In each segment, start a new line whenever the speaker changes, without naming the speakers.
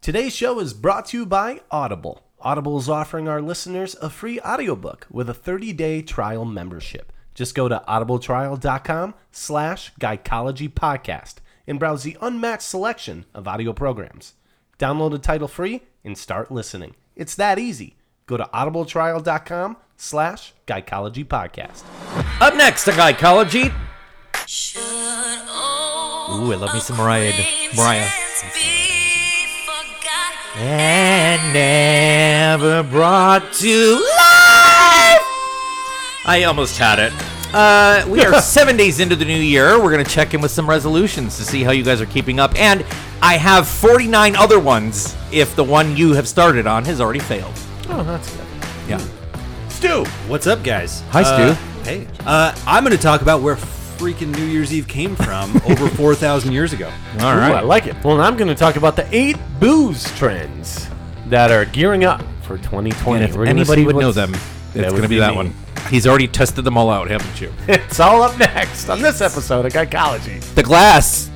Today's show is brought to you by Audible. Audible is offering our listeners a free audiobook with a 30-day trial membership. Just go to audibletrial.com slash gycologypodcast and browse the unmatched selection of audio programs. Download a title free and start listening. It's that easy. Go to audibletrial.com slash gycologypodcast.
Up next to Glycology.
Ooh,
Ooh, I love me some Mariah. Mariah. And never brought to life. I almost had it. Uh, we are seven days into the new year. We're going to check in with some resolutions to see how you guys are keeping up. And I have 49 other ones if the one you have started on has already failed.
Oh, that's good.
Yeah.
Stu!
What's up, guys?
Hi,
Uh,
Stu.
Hey. Uh, I'm going to talk about where freaking New Year's Eve came from over 4,000 years ago.
All
Ooh, I like it. Well, I'm going to talk about the eight booze trends that are gearing up for 2020.
And if
We're gonna
anybody
see
would know
what's-
them, it's
would
going to be
be
that
me.
one. He's already tested them all out, haven't you?
It's all up next on this episode of Gynecology.
the glass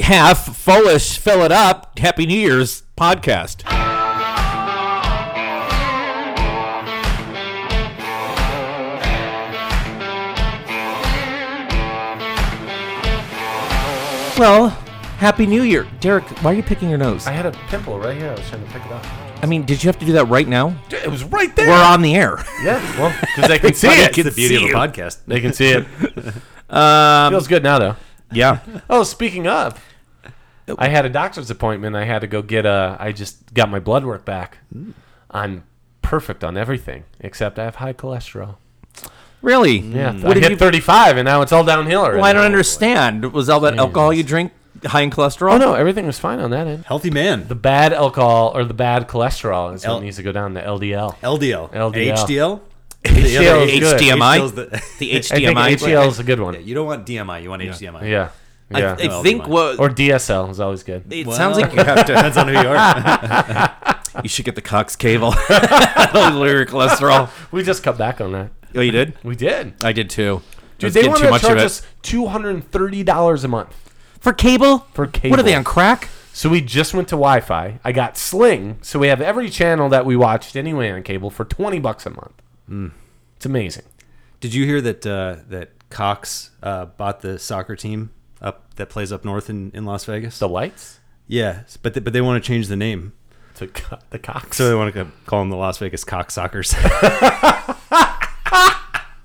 half fullish, fill it up. Happy New Year's podcast. Well, Happy New Year, Derek. Why are you picking your nose?
I
I,
had a pimple right here. I was trying to pick it up.
mean, did you have to do that right now?
It was right there.
We're on the air.
yeah, well, because they can see
Everybody
it.
can
It's the beauty
see
of a
you.
podcast.
They can see it.
Um,
Feels good now, though.
yeah.
Oh, speaking of,
Oh.
I had a doctor's appointment. I had to go get a. I just got my blood work back.
Mm.
I'm perfect on everything except I have high cholesterol.
Really?
Yeah,
What
I
did
hit
you?
35, and now it's all downhill. Already.
well, I don't understand. Was all that alcohol you drink high in cholesterol?
Oh no, everything was fine on that end.
Healthy man.
The bad alcohol or the bad cholesterol is
L-
what needs to go down to LDL.
LDL.
LDL.
HDL?
HDL is good.
HDMI?
HDL's the-
The
I think
HDMI.
HDL is a good one.
you don't want DMI. You want HDMI.
Yeah,
I,
yeah.
I think what
or DSL is always good.
it
Well,
sounds like you have to.
Depends on who you are.
You should get the Cox cable. the lower cholesterol.
We just cut back on that.
Oh, you did?
We did.
I did too. I
Dude,
was
they
getting
want
too
to
much of
charge
it.
us two hundred and thirty dollars a month.
for cable.
For
What are they
cable.
on crack?
So we just went to Wi-Fi. I got Sling, so we have every channel that we watched anyway on cable for twenty bucks a month.
Hmm.
It's amazing.
Did you hear that uh, that Cox uh, bought the soccer team up that plays up north in, in Las Vegas?
The lights,
Yeah, but they, but they want to change the name.
the co- the cocks.
So they want to call them the Las Vegas Cocksockers.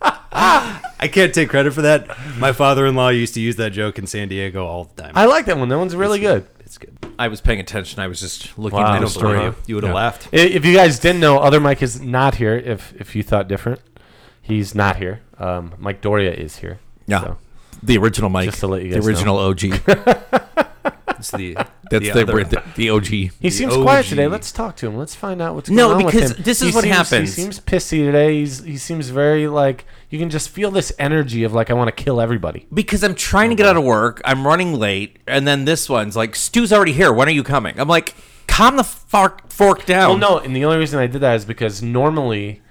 I can't take credit for that. My father-in-law used to use that joke in San Diego all the time.
I like that one. That one's really good.
it's good.
I was paying attention. I was just looking
Wow.
at
I
the
don't
story.
believe You would have
Yeah.
laughed.
I- If you guys didn't know, other Mike is not here. If if you thought different, he's not here. Um, Mike Doria is here.
Yeah.
So,
The original Mike.
Just to let you guys know.
the original OG.
It's the
That's
the
the,
other-
the, the OG.
he
The
seems quiet
OG.
today. Let's talk to him. Let's find out what's
No,
going on with
because
him.
this is
He
what
seems-
happens.
He seems pissy today. He's, he seems very like you can just feel this energy of like I want to kill everybody.
Because I'm trying to get out of work. I'm running late, and then this one's like, "Stu's already here. When are you coming?" I'm like, "Calm the fork, fork
Well,
down."
no, and the only reason I did that is because normally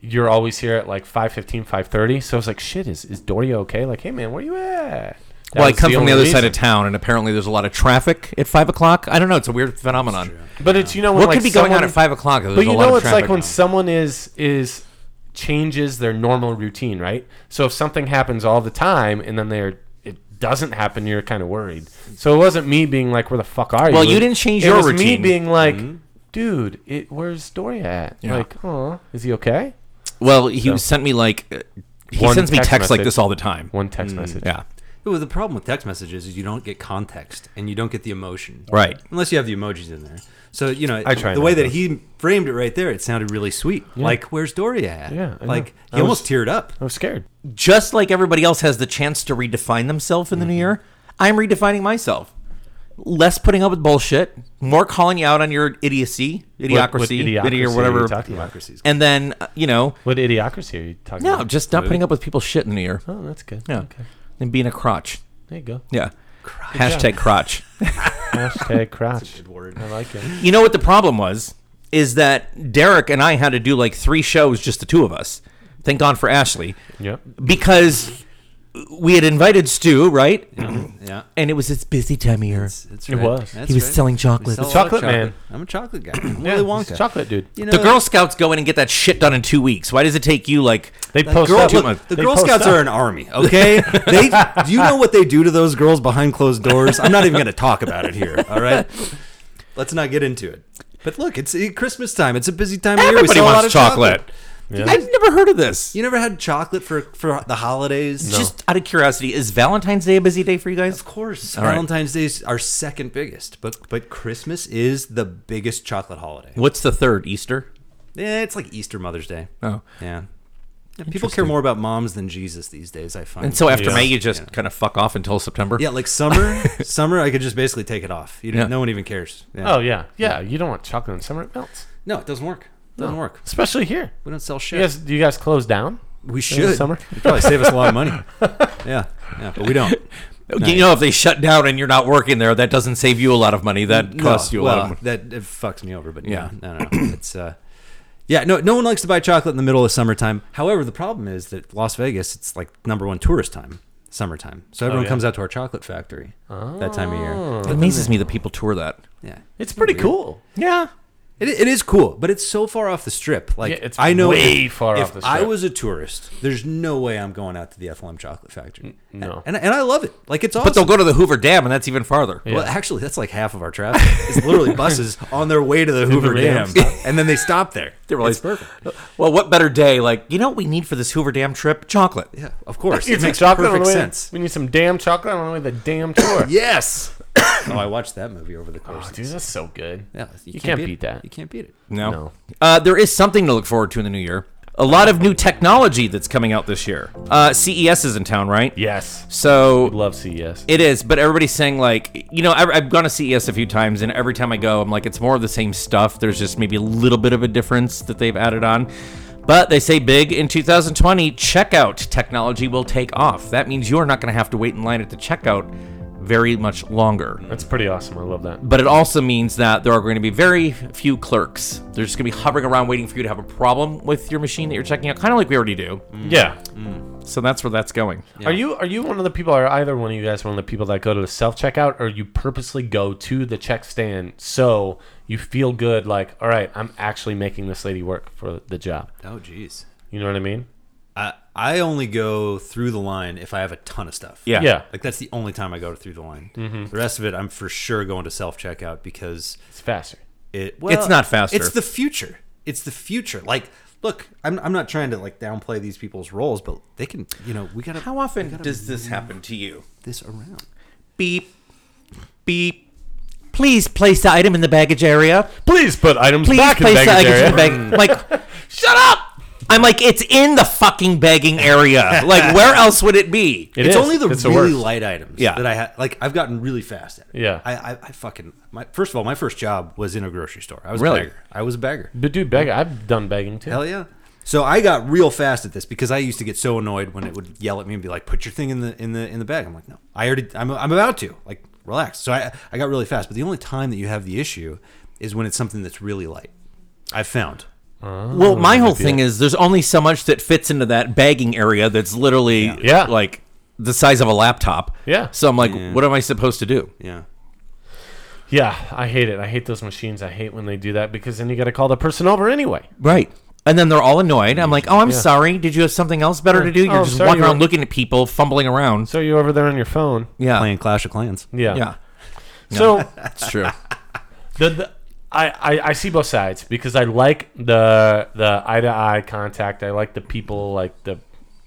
you're always here at like 5.15, 5.30. So I was like, shit, is, is Doria okay? Like, hey, man, where you at? That
Well, I
was
come from
only
the other side
reason.
of town, and apparently there's a lot of traffic at five o'clock. I don't know; it's a weird phenomenon.
But it's, you know, when,
What
like,
could be going on
someone-
at five o'clock? There's
But you
a lot
know, it's
of
like
traffic
when
now.
someone is is changes their normal routine, right? So if something happens all the time and then they're it doesn't happen, you're kind of worried. So it wasn't me being like, "Where the fuck are you?"
Well, you
It-
didn't change
it
your
was Me
routine. Mm-hmm.
being like, "Dude, it, where's Doria at?"
Yeah.
Like, "Oh, is he okay?"
Well, he sent me like uh, he
One
sends me
text
texts like
message.
this all the time.
One text message.
Yeah,
Well, the problem with text messages is you don't get context and you don't get the emotion.
Right.
Unless you have the emojis in there. So, you know,
I try
the way
not
that
to.
he framed it right there, it sounded really sweet. Like, where's Doria at?
Yeah, I know.
Like,
I
he almost
was-
teared up.
I was scared.
just like everybody else has the chance to redefine themselves in the
Mm-hmm.
new year, I'm redefining myself. Less putting up with bullshit, more calling you out on your idiocy, idiocracy,
what
idiot
idiocracy are
or
you
whatever.
talking about?
Democracy's
And then uh, you know,
What idiocracy are you talking
no,
about?
just not putting up with people's shit in the new year.
Oh, that's good.
Yeah,
Okay.
and being a crotch.
There you go.
Yeah, hashtag crotch.
Hashtag crotch.
good word.
I like it.
You know what the problem was? Is that Derek and I had to do like three shows, just the two of us. Thank God for Ashley.
Yep.
Because we had invited Stu, right?
Yeah.
And it was his busy time of year.
It's
It was.
That's
He was selling
We
chocolates.
sell
The
a lot of
chocolate man.
I'm a chocolate guy. I'm
Yeah,
Willy
he's
Wonka.
a chocolate dude.
You know,
the Girl Scouts go in and get that shit done in two weeks. Why does it take you like?
They
the
post
Girl,
up.
look, the
They
Girl
post
Scouts
up.
are an army, okay? they, do you know what they do to those girls behind closed doors? I'm not even going to talk about it here, all right? Let's not get into it. But look, it's eh, Christmas time. It's a busy time of year. We
Everybody
sell a lot
wants
of
chocolate. I've never heard of this.
You never had chocolate for for the holidays?
Just out of curiosity, is Valentine's Day a busy day for you guys?
Of course,
right.
Valentine's Day is our second biggest, but but Christmas is the biggest chocolate holiday.
What's the third? Easter.
Yeah, it's like Easter, Mother's Day.
Oh.
Yeah. Yeah, People care more about moms than Jesus these days, I find.
And so after
Yeah.
May, you just kind of fuck off until September.
yeah, like summer, summer I could just basically take it off. You
Yeah.
don't, no one even cares. Yeah.
Oh yeah, yeah. You don't want chocolate in summer; it melts.
No, it doesn't work. doesn't work.
Especially here.
We don't sell shit.
You guys, do you guys close down?
we should.
summer?
It'd probably save us a lot of money. yeah. Yeah, but we don't.
You know, if they shut down and you're not working there, that doesn't save you a lot of money. That costs
No,
you a
well,
lot of money.
That it fucks me over, but
Yeah.
yeah, no, no, no. it's uh, yeah, no, no one likes to buy chocolate in the middle of summertime. However, the problem is that Las Vegas, it's like number one tourist time, summertime. So
Oh,
everyone
yeah.
comes out to our chocolate factory that time of year.
It amazes me that people tour that.
Yeah,
It's pretty cool.
Yeah.
it, it is cool, but it's so far off the strip. Like
Yeah, it's
I know
way
if,
far
if
off the
I
strip.
was a tourist, there's no way I'm going out to the FLM chocolate factory.
no.
and, and I love it. Like it's awesome.
But they'll go to the Hoover Dam, and that's even farther.
Well, actually, that's like half of our traffic. It's literally buses on their way to the Hoover Dam,
Dam.
and then they stop there.
They're like,
it's perfect.
Well, what better day? Like, you know what we need for this Hoover Dam trip? Chocolate.
Yeah, of course,
You
it
need
makes
chocolate on
perfect
the way-
sense.
We need some damn chocolate on the way to the damn tour.
Yes. oh, I watched that movie over the course.
Oh,
of
dude, that's so good.
yeah,
you, can't, beat, that.
You can't beat it.
No.
No.
Uh, there is something to look forward to in the new year. A lot of new technology that's coming out this year. Uh, CES is in town, right?
Yes.
So
Love E CES.
It is, but everybody's saying like, you know, I, I've gone to CES a few times, and every time I go, I'm like, it's more of the same stuff. There's just maybe a little bit of a difference that they've added on. But they say big in 2020, checkout technology will take off. That means you are not going to have to wait in line at the checkout very much longer.
That's pretty awesome. I love that.
Mm.
But it also means that there are going to be very few clerks. They're just going to be hovering around waiting for you to have a problem with your machine that you're checking out, kind of like we already do.
Yeah.
Mm.
So that's where that's going.
Are you are you one of the people? Are either one of you guys one of the people that go to the self checkout, or you purposely go to the check stand so you feel good? Like, all right, I'm actually making this lady work for the job.
Oh, jeez.
You know what I mean?
I I only go through the line if I have a ton of stuff.
Yeah.
Yeah.
Like that's the only time I go through the line. The rest of it, I'm for sure going to self checkout because
It's faster.
it. Well,
not faster.
It's the future. It's the future. Like, look, I'm, I'm not trying to like downplay these people's roles, but they can. You know, we gotta
How often does this happen to you?
this around.
beep, beep. Please place the item in the baggage area.
Please put items
Please
back in
place
the
the
baggage
item
area.
in the bag. Like, shut up! I'm like, it's in the fucking bagging area. Like, where else would it be?
It
it's
is.
only the
It's
really
worst.
light items
Yeah.
that I had. Like I've gotten really fast at it.
Yeah.
I, I, I fucking my first of all, my first job was in a grocery store. I was
Really?
a bagger. I was a bagger.
But dude, beg. I've done begging too.
Hell yeah. So I got real fast at this because I used to get so annoyed when it would yell at me and be like, "Put your thing in the in the in the bag." I'm like, "No, I already. I'm, I'm about to. Like, relax." So I I got really fast. But the only time that you have the issue is when it's something that's really light. I found.
Well, my whole thing is there's only so much that fits into that bagging area that's literally
Yeah.
like the size of a laptop.
Yeah.
So I'm like, what am I supposed to do?
Yeah.
Yeah, I hate it. I hate those machines. I hate when they do that because then you got to call the person over anyway.
Right. And then they're all annoyed. I'm like, oh, I'm sorry. Did you have something else better to do? You're
Oh, I'm
just
sorry,
walking
you
around
were-
looking at people, fumbling around.
So you're over there on your phone.
Yeah.
Playing Clash of Clans.
Yeah.
Yeah.
So
It's true.
the, the I, I, I see both sides because I like the the eye to eye contact. I like the people like the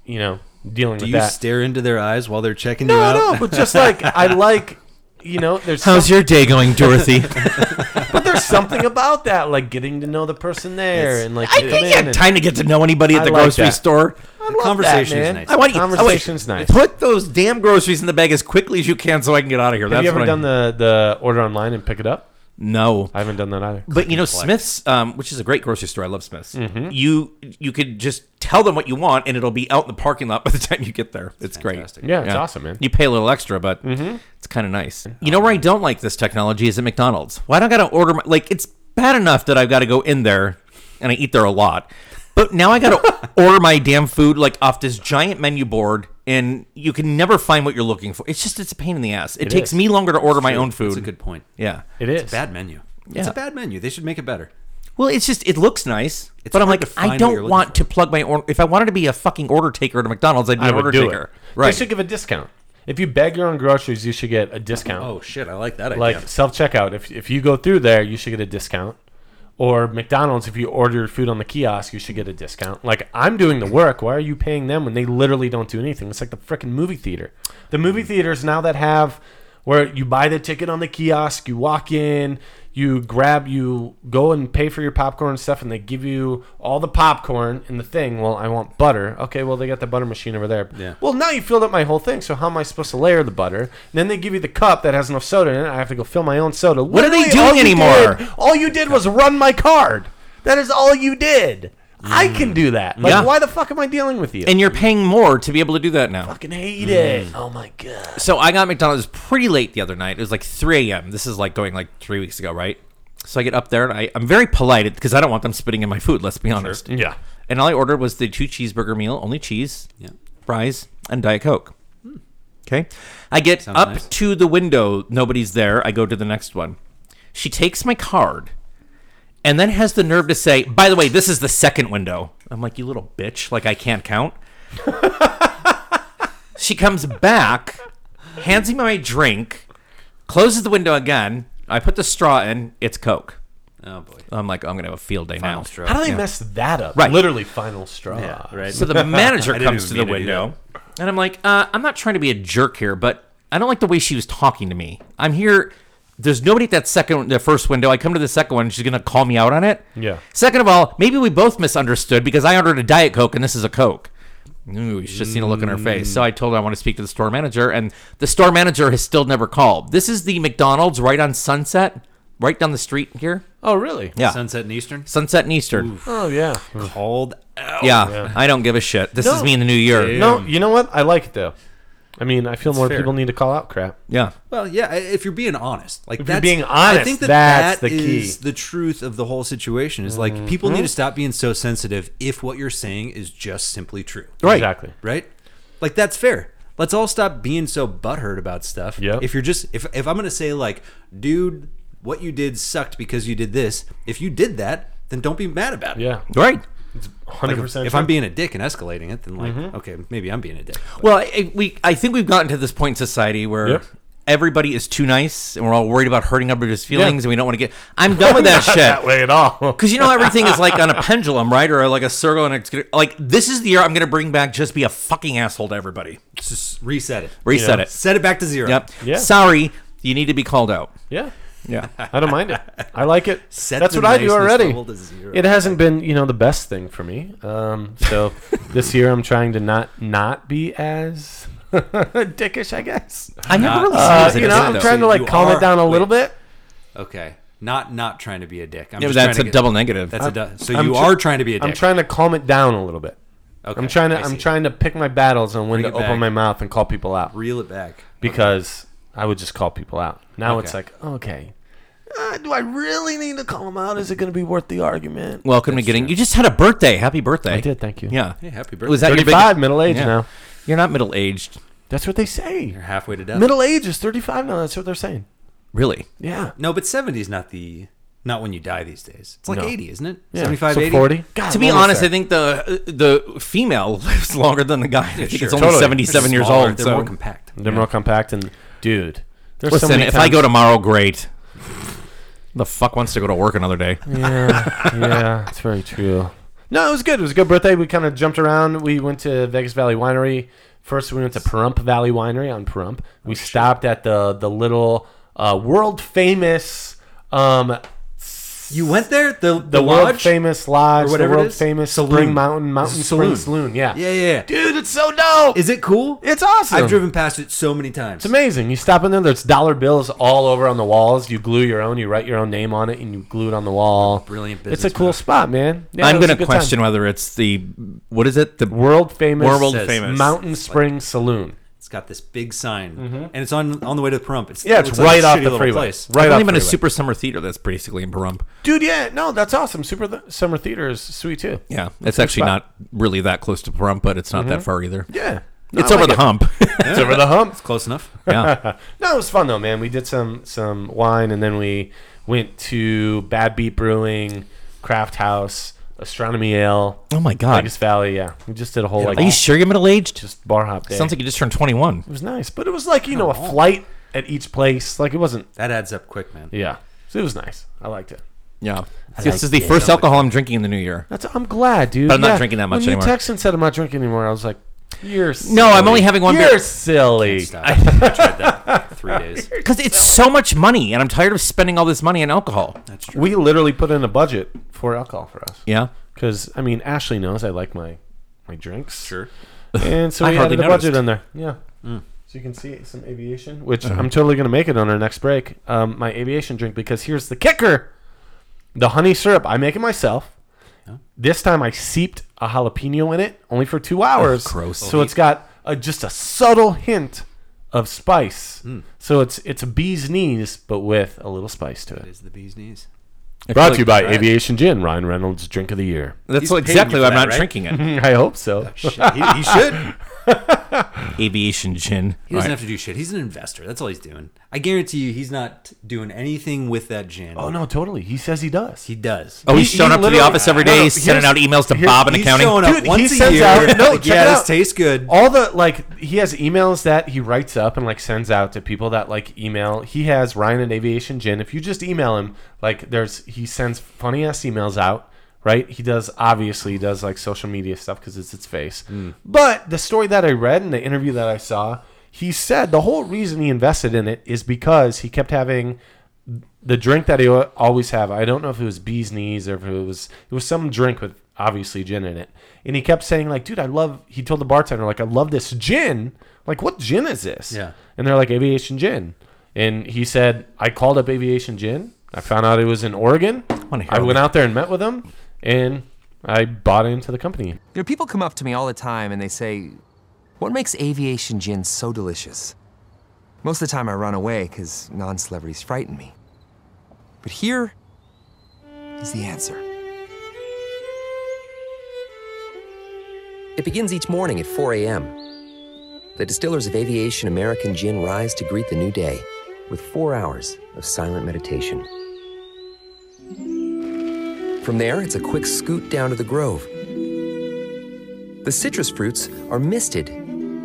you know dealing
Do
with
you
that.
stare into their eyes while they're checking you
no,
out?
no, but just like I like you know there's
How's
some-
your day going, Dorothy?
but there's something about that like getting to know the person there and like
I
they
think
come
you
in
have
and-
time to get to know anybody at
I
the
like
grocery
that.
store.
I love
Conversation
that,
is
man.
nice.
I want you. oh, wait.
Conversation's nice.
Put those damn groceries in the bag as quickly as you can, so I can get out of here.
Have
That's
you ever
what
done
I,
the the order online and pick it up?
No,
I haven't done that either.
but you know Smith's, um, which is a great grocery store. I love Smith's. You you could just tell them what you want, and it'll be out in the parking lot by the time you get there. It's
Fantastic.
great.
Yeah, it's awesome, man.
You pay a little extra, but it's kind of nice. You know where I don't like this technology is at McDonald's. Why don't I gotta order my like? It's bad enough that I've got to go in there, and I eat there a lot, but now I gotta order my damn food like off this giant menu board and you can never find what you're looking for. It's just it's a pain in the ass. It, takes
is.
me longer to order my own food.
That's a good point.
yeah.
It is
It's a bad menu. It's
Yeah.
a bad menu. They should make it better.
Well, it's just it looks nice,
It's
but I'm
hard
like
to find
I
what you're
don't
looking
want
for.
to plug my order. If I wanted to be a fucking order taker at a McDonald's, I'd be
I
an
would
order
do
taker.
it.
Right.
They should give a discount. If you bag your own groceries, you should get a discount.
Oh shit, I like that idea.
like self checkout. If if you go through there, you should get a discount. Or McDonald's, if you order your food on the kiosk, you should get a discount. Like I'm doing the work. Why are you paying them when they literally don't do anything? It's like the freaking movie theater. The movie theaters now that have where you buy the ticket on the kiosk, you walk in, you grab, you go and pay for your popcorn and stuff, and they give you all the popcorn and the thing. Well, I want butter. Okay, well they got the butter machine over there.
Yeah.
Well, now you filled up my whole thing, so how am I supposed to layer the butter? And then they give you the cup that has enough soda in it. I have to go fill my own soda.
What are they
Literally, all
doing
you
anymore?
did- all you did was run my card. That is all you did. I can do that. Like,
Yeah.
why the fuck am I dealing with you?
and you're paying more to be able to do that now.
I fucking hate it. Oh my god.
So I got McDonald's pretty late the other night. It was like 3 a.m. This is like going like three weeks ago, right? So I get up there and I, I'm very polite because I don't want them spitting in my food. Let's be honest.
Yeah.
And all I ordered was the two cheeseburger meal, only cheese,
Yeah.
fries, and Diet Coke. Okay. I get
Sounds
up
nice.
to the window. Nobody's there. I go to the next one. She takes my card and then has the nerve to say, by the way, this is the second window. I'm like, you little bitch. Like, I can't count. she comes back, hands me my drink, closes the window again. I put the straw in. It's Coke.
Oh boy.
I'm like, I'm going to have a field day now.
Final straw.
How do they mess that up?
Right.
Literally, final straw.
right.
So the manager
I didn't
comes to
even
the
mean to do
window, and I'm like, uh, I'm not trying to be a jerk here, but I don't like the way she was talking to me. I'm here. There's nobody at that second, the first window. I come to the second one. She's gonna call me out on it.
Yeah.
Second of all, maybe we both misunderstood because I ordered a diet coke and this is a coke. Ooh, you should have seen a look on her face. So I told her I want to speak to the store manager, and the store manager has still never called. This is the McDonald's right on Sunset, right down the street here.
Oh really?
Yeah.
Sunset and Eastern.
Sunset and Eastern.
Oh yeah.
Called out.
yeah, I don't give a shit. This is
No.
me in the new year.
No, you know what? I like it though. I mean, I feel more
fair.
people need to call out crap.
Yeah.
Well, yeah, i- if you're being honest, like
If you're
that's,
being honest,
I think that
that's
that
the key. Mm-hmm.
is the truth of the whole situation. Is like people need to stop being so sensitive if what you're saying is just simply true,
Right. Exactly.
Right? Like that's fair. Let's all stop being so butthurt about stuff.
Yep.
If you're just if if I'm gonna say like, dude, what you did sucked because you did this. If you did that, then don't be mad about it.
Yeah.
Right.
Hundred percent.
If I'm being a dick and escalating it, then like,
Mm-hmm.
okay, maybe I'm being a dick.
Well, I- I, we I think we've gotten to this point in society where
Yep.
everybody is too nice and we're all worried about hurting everybody's feelings and we don't want to get. I'm done with that
that
shit.
way at all.
Because you know everything is like on a pendulum, right, or like a circle, and it's gonna, like this is the year I'm going to bring back just be a fucking asshole to everybody.
Just reset it.
Reset
Yeah.
it.
Set it back to zero.
Yep.
Yeah.
Sorry, you need to be called out.
Yeah.
Yeah.
I don't mind it. I like it.
Set
That's
the
what I do
niceness
already.
level to zero.
It hasn't been, you know, the best thing for me. Um, so this year I'm trying to not not be as dickish, I guess.
I never really
Uh,
saw
Uh,
it as a
you know,
dick,
I'm
though.
trying to
So
like
you
calm it
are-
down a
wait.
little bit.
Okay. Not not trying to be a dick. I'm
Yeah, but
just trying
that's
to
a
get-
double negative.
That's a du- so
I'm
you
tr-
are trying to be a dick.
I'm trying to calm it down a little bit.
Okay,
I'm trying to
I
I'm
see.
trying to pick my battles on when to
Bring it
open
back.
my mouth and call people out
reel it back.
because I would just call people out. Now it's
Okay.
like, okay. Uh, do I really need to call them out? Is it going to be worth the argument?
Welcome to getting. You just had a birthday. Happy birthday.
I did, thank you.
Yeah.
Hey, happy birthday.
Was that your big-
35, middle age
Yeah.
now.
You're not middle aged,
That's what they say.
You're halfway to death.
Middle age is 35 now. That's what they're saying.
really.
Yeah.
No, but 70 is not the not when you die these days. It's like
No.
80, isn't it?
yeah.
75,
so
80.
40. God,
to be honest, I think the uh, the female lives longer than the guy. I think
sure.
it's only
Totally.
seventy seven years
Smaller,
old.
They're
So
more compact.
they're more compact and dude. There's so
listen,
many
if
times-
I go tomorrow, great. The fuck wants to go to work another day?
yeah, yeah, it's very true. No, it was good. It was a good birthday. We kind of jumped around. We went to Vegas Valley Winery. First, we went to Pahrump Valley Winery on Pahrump.
Oh,
We stopped at the the little uh, world famous um,
You went there the the,
the world
lodge?
famous lodge, the
whatever it
world
is?
famous
Saloon.
Spring Mountain Mountain Spring
Saloon.
Saloon. Yeah,
Yeah, yeah, yeah.
dude, it's so dope.
Is it cool?
it's awesome.
I've driven past it so many times.
It's amazing. You stop in there, there's dollar bills all over on the walls. You glue your own, you write your own name on it, and you glue it on the wall.
Brilliant
It's a
business
cool
move.
spot, man. Yeah, it
I'm
was a
gonna
good time.
question whether it's the what is it? The
World famous,
World Says- famous.
Mountain Spring Saloon.
It's got this big sign, and it's on on the way to the Pahrump. It's,
Mm-hmm. Yeah,
it looks
it's
like a
right off
shitty
the
little
freeway.
place.
Right
I've
off
only been
the
to
freeway.
Super Summer Theater. That's basically in Pahrump.
Dude, yeah, no, that's awesome. Super th- Summer Theater is sweet too.
Yeah, it's actually
spot. Mm-hmm.
not really that close to Pahrump, but it's not that far either.
Yeah.
it's over the hump.
It's over the hump.
It's close enough.
yeah.
No, it was fun though, man. We did some some wine, and then we went to Bad Beat Brewing, Craft House, Astronomy Ale,
Oh my god.
Vegas Valley. Yeah, we just did a whole like
Are you sure you're middle aged?
just bar hop day.
Sounds like you just turned 21.
it was nice, but it was like you know a flight at each place. Like it wasn't.
That adds up quick, man.
Yeah, so it was nice. I liked it.
Yeah. This is the first alcohol I'm drinking in the new year.
That's I'm glad, dude.
But I'm not drinking that much
when
anymore.
you texted and said I'm not drinking anymore, I was like, "You're silly.
No, I'm only having one
You're
beer.
silly.
Stop. I tried that for three days.
Because it's so much money, and I'm tired of spending all this money on alcohol.
We literally put in a budget for alcohol for us.
Yeah.
Because I mean, Ashley knows I like my my drinks.
Sure.
And so
I
we
hardly noticed. Hmm.
added a
Uh-huh.
budget in there. Yeah. So you can see some aviation, which I'm totally going to make it on our next break. Um, my aviation drink, because here's the kicker the honey syrup. I make it myself. This time I seeped a jalapeno in it only for two hours.
Oh, gross.
So it's got a, just a subtle hint of spice.
Hmm.
So it's it's a bee's knees, but with a little spice to it.
Is the bee's knees?
Brought to you by Aviation Gin, Ryan Reynolds Drink of the Year.
That's
He's
what-
paying
exactly
you
why
for
I'm
that,
not
right?
drinking it.
I hope so.
Shit, he, he should. He
Aviation gin.
doesn't have to do shit. He's an investor. That's all he's doing. I guarantee you, he's not doing anything with that gin.
Oh, no, totally. He says he does.
he does.
Oh, he's
He-
showing
he
up to the
literally-
office every
No,
day,
no,
sending out
here's-
emails to Bob in
he's
accounting.
showing up
Dude,
once
he
a
sends
year.
out- no,
like,
check
yeah,
it
this
out. Oh.
tastes good.
all the like he has emails that he writes up and like sends out to people that like email he has ryan at aviation gin if you just email him like there's he sends funny ass emails out right he does obviously he does like social media stuff because it's its face but the story that i read and the interview that i saw he said the whole reason he invested in it is because he kept having the drink that he al- always have. I don't know if it was bee's knees or if it was it was some drink with obviously gin in it. And he kept saying like, "Dude, I love." He told the bartender like, "I love this gin." Like, what gin is this?
Yeah.
And they're like, "Aviation gin." And he said, "I called up Aviation Gin. I found out it was in Oregon.
wanna hear
I
all
went out there and met with them, and I bought into the company."
You know, people come up to me all the time and they say, What makes aviation gin so delicious? Most of the time I run away because non celebrities frighten me. But here is the answer. It begins each morning at 4 a.m. The distillers of Aviation American Gin rise to greet the new day with four hours of silent meditation. From there, it's a quick scoot down to the grove. The citrus fruits are misted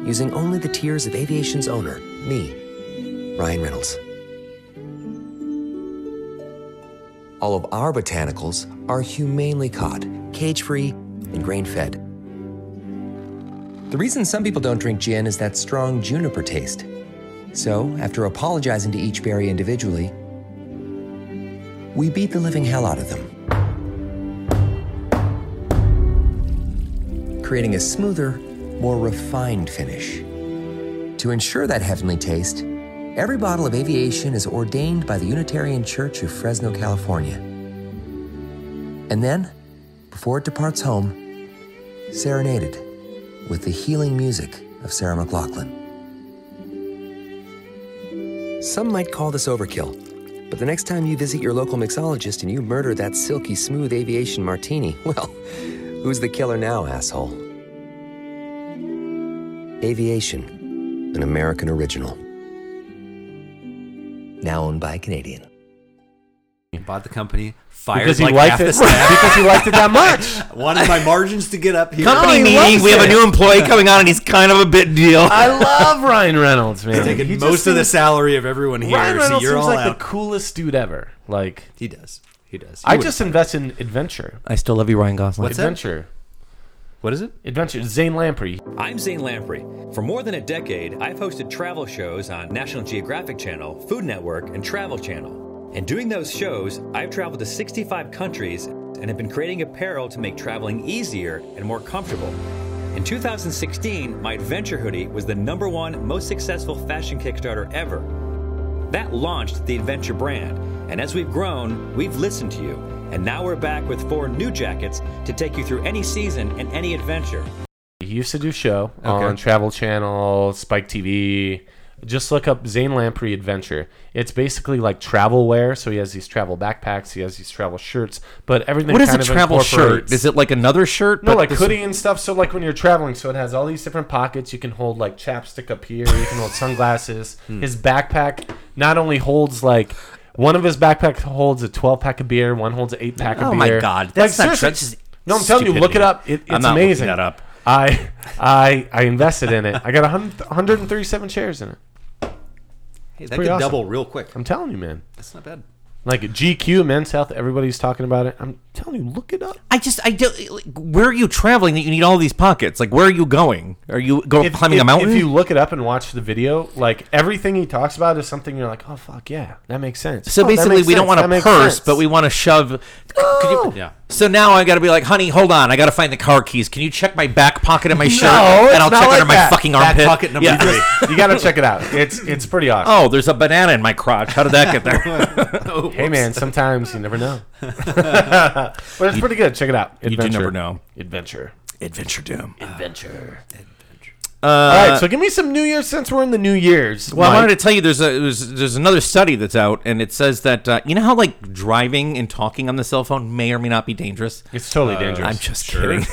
using only the tears of aviation's owner, me, Ryan Reynolds. All of our botanicals are humanely caught, cage free, and grain fed. The reason some people don't drink gin is that strong juniper taste. So, after apologizing to each berry individually, we beat the living hell out of them. creating a smoother, more refined finish. To ensure that heavenly taste, every bottle of aviation is ordained by the Unitarian Church of Fresno, California. And then, before it departs home, serenaded with the healing music of Sarah McLaughlin. Some might call this overkill, but the next time you visit your local mixologist and you murder that silky smooth aviation martini, well, Who's the killer now, asshole? Aviation, an American original. Now owned by a Canadian.
Bought the company. Fired
Because he
like half
liked
the
it.
staff.
because he liked it that much.
Wanted my margins to get up here.
Company meeting. We have a new employee coming on, and he's kind of a big deal.
I love Ryan Reynolds, man.
Taking
He just
most of the
seems-
salary of everyone here.
Ryan
so
Reynolds
you're
seems
all
like
out.
the coolest dude ever. Like
he does. He does.
I just invest in adventure.
I still love you, Ryan Gosling.
What's that?
adventure.
What is it?
Adventure. Zane Lamprey.
I'm Zane Lamprey. For more than a decade, I've hosted travel shows on National Geographic Channel, Food Network, and Travel Channel. And doing those shows, I've traveled to 65 countries and have been creating apparel to make traveling easier and more comfortable. In 2016, my adventure hoodie was the number one most successful fashion Kickstarter ever. That launched the Adventure brand. And as we've grown, we've listened to you. And now we're back with four new jackets to take you through any season and any adventure.
He used to do show on Travel Channel, Spike TV, Just look up Zane Lamprey Adventure. It's basically like travel wear. So he has these travel backpacks, he has these travel shirts, but everything.
What is a
kind of
travel shirt?
incorporates-
Is it like another shirt?
no,
but
like
this-
hoodie and stuff. So like when you're traveling, so it has all these different pockets. You can hold like chapstick up here. You can hold sunglasses.
Hmm.
His backpack not only holds like one of his backpack holds a 12 pack of beer. One holds an eight pack of
Oh
beer.
my God, that's not- that's just
no, I'm telling you, look
stupidity.
it up. It, it's
I'm not looking
amazing.
that up.
I I I invested in it. I got 100, 137 shares in it.
Hey, that
pretty
could
awesome.
double real quick.
I'm telling you, man.
That's not bad.
Like GQ, Men's Health, everybody's talking about it. I'm telling you, look it up.
I just I don't. Like, where are you traveling that you need all these pockets? Like where are you going? Are you going
if,
climbing
if-
a mountain?
If you look it up and watch the video, like everything he talks about is something you're like, oh fuck yeah, that makes sense.
so
Oh, that
basically,
makes
we don't
sense,
want
that
a
makes
purse,
sense.
but we want to shove. Could you-
No.
Yeah.
So now I got to be like, honey, hold on. I got to find the car keys. Can you check my back pocket of my shirt?
it's
and I'll
not
check
like
under
that.
my fucking
Back
armpit.
pocket number
Yeah.
three.
you gotta check it out. It's it's pretty awesome.
Oh, there's a banana in my crotch. How did that get there?
hey man, sometimes you never know, but it's pretty good. Check it out.
do never know.
Adventure.
Adventure Doom.
Adventure. All right, so give me some New Year's since we're in the New Year's.
Uh, Well, I
Mike.
wanted to tell you there's a there's, there's another study that's out, and it says that uh, you know how like driving and talking on the cell phone may or may not be dangerous.
it's totally dangerous.
Uh, I'm just kidding.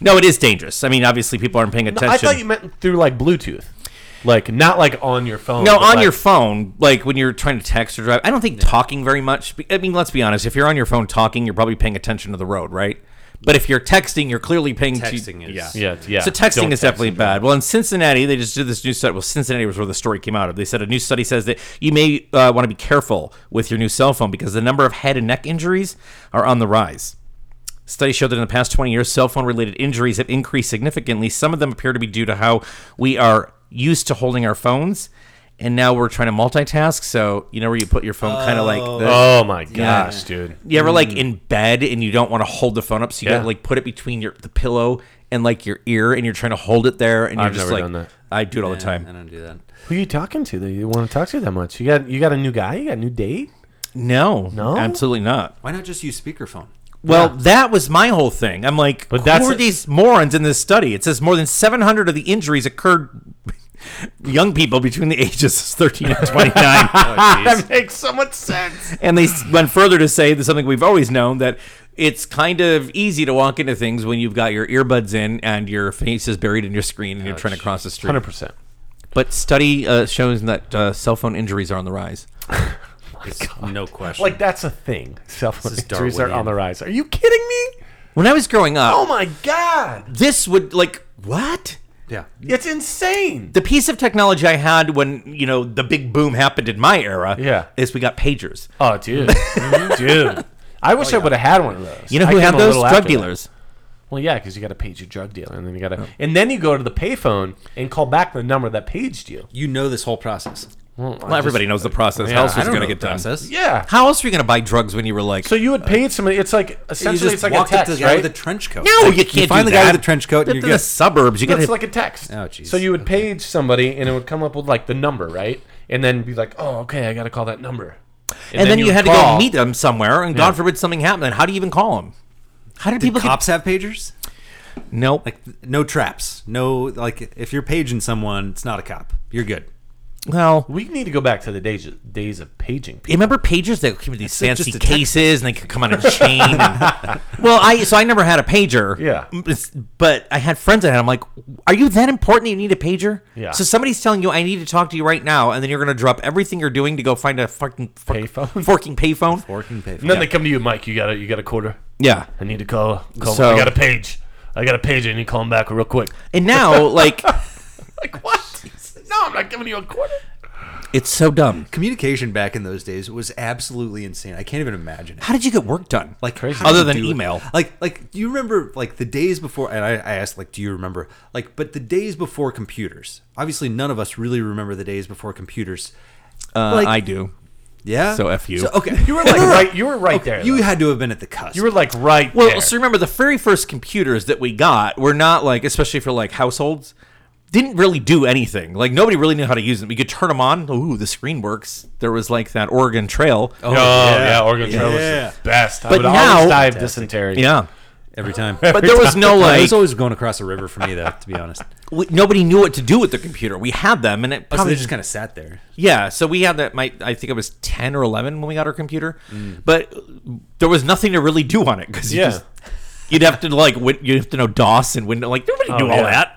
no, it is dangerous. I mean, obviously, people aren't paying attention.
I thought you meant through like Bluetooth, like not like on your phone.
no,
but,
on
like-
your phone, like when you're trying to text or drive, I don't think talking very much. be- I mean, let's be honest. If you're on your phone talking, you're probably paying attention to the road, right? But if you're texting, you're clearly paying
Texting
to,
is-
yeah.
yeah, yeah.
So texting
Don't
is
text.
definitely bad. Well, in Cincinnati, they just did this new study. Well, Cincinnati was where the story came out of. They said a new study says that you may uh, want to be careful with your new cell phone because the number of head and neck injuries are on the rise. Studies show that in the past 20 years, cell phone related injuries have increased significantly. Some of them appear to be due to how we are used to holding our phones. And now we're trying to multitask. So, you know, where you put your phone kind of like. The,
Oh my gosh, dude.
you ever like in bed and you don't want to hold the phone up, so you
Mm. Yeah.
gotta like put it between your the pillow and like your ear, and you're trying to hold it there, and you're
I've
just
never
like,
done that.
I do it all the
I
time.
don't do that.
Who you talking to that you want to talk to that much? You got you got a new guy? You got a new date?
No,
No?
absolutely not.
Why not just use speakerphone?
Well, that was my whole thing. I'm like,
But
who
that's-
are these morons in this study? It says more than 700 of the injuries occurred young people between the ages of 13 and
Oh,
29.
That makes so much sense.
and they s- went further to say that something we've always known that it's kind of easy to walk into things when you've got your earbuds in and your face is buried in your screen and you're trying to cross the street.
Hundred percent.
But study uh, shows that uh, cell phone injuries are on the rise.
It's no question.
Like that's a thing. Self
is
injuries are
Darwinian.
on the rise. Are you kidding me?
When I was growing up,
Oh my god,
this would like what?
yeah.
it's insane.
the piece of technology I had when you know the big boom happened in my era.
Yeah.
is we got pagers.
Oh, dude, dude. Oh, I wish I would have had one of those.
You know
I
who
came
had
a
those?
little
Drug
after that.
dealers.
Well, yeah, because you got to page your drug dealer, and then you got to, and then you go to the payphone and call back the number that paged you.
You know this whole process.
Well, everybody knows the process. How else
I
was it going
don't
to
know
get
the
done?
process.
Yeah.
How else were you going to buy drugs when you were like?
So you had paid somebody. It's like
You
essentially,
just
it's like a
walk up
text,
to the guy
right?
with the trench coat.
no,
Like,
you can't.
find
do
the guy
that.
with the trench coat
That's
and you're
in the
good.
suburbs. You got
That's
to
like a text.
Oh, jeez.
So you would page somebody, and it would come up with like the number, right? And then be like, "Oh, okay, I got to call that number."
and, then, you,
would
had to
call.
go meet them somewhere, and God forbid something happened. Then how do you even call them? How did, people
Cops have pagers?
get? Nope.
Like no traps. No like if you're paging someone, it's not a cop. You're good.
well,
We need to go back to the days days of paging.
You remember pagers that came with these
It's
fancy
just a text.
cases and they could come on a chain. and- well, I so I never had a pager. Mm,
Yeah.
It's- but I had friends that had. I'm like, are you that important that you need a pager?
Yeah.
So somebody's telling you I need to talk to you right now, and then you're gonna drop everything you're doing to go find a fucking fuck-
Payphone?
forking payphone.
Working pay.
And then they come to you, Mike. You got a you got a quarter.
Yeah.
I need to call. call
So-
I got a page. I got a page. I need to call him back real quick.
And now, like,
Like what? no, I'm not giving you a quarter.
it's so dumb.
Communication back in those days was absolutely insane. I can't even imagine it.
How did you get work done?
Like crazy.
Other than email.
Like like do you remember like the days before and I, I asked like do you remember like but the days before computers. Obviously none of us really remember the days before computers.
Uh,
like-
I do.
Yeah.
So F you.
okay.
You were like right. You were right there.
You
though.
had to have been at the cusp.
you were like right
Well,
there.
so remember the very first computers that we got were not like, especially for like households, didn't really do anything. Like nobody really knew how to use them. You could turn them on. Ooh, the screen works. There was like that Oregon Trail.
oh yeah, Oregon Trail was
Yeah.
the best. I
But
would
now-
always die of dysentery.
Yeah.
every time.
But there was no
I
like
was always going across the river for me, though. To be honest,
we, nobody knew what to do with the computer. We had them, and it
Oh, so
probably
they just kind of sat there.
Yeah, so we had that. My I think it was ten or eleven when we got our computer, but there was nothing to really do on it because you
Yeah.
just you'd have to like win, you'd have to know DOS and Windows. Like nobody knew all
yeah.
that.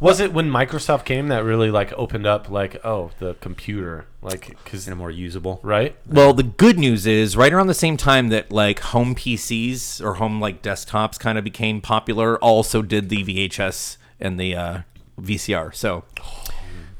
Was it when Microsoft came that really like opened up like oh the computer like because
In a more usable.
right
Well, the good news is right around the same time that like home PCs or home like desktops kind of became popular, also did the VHS and the uh, VCR. So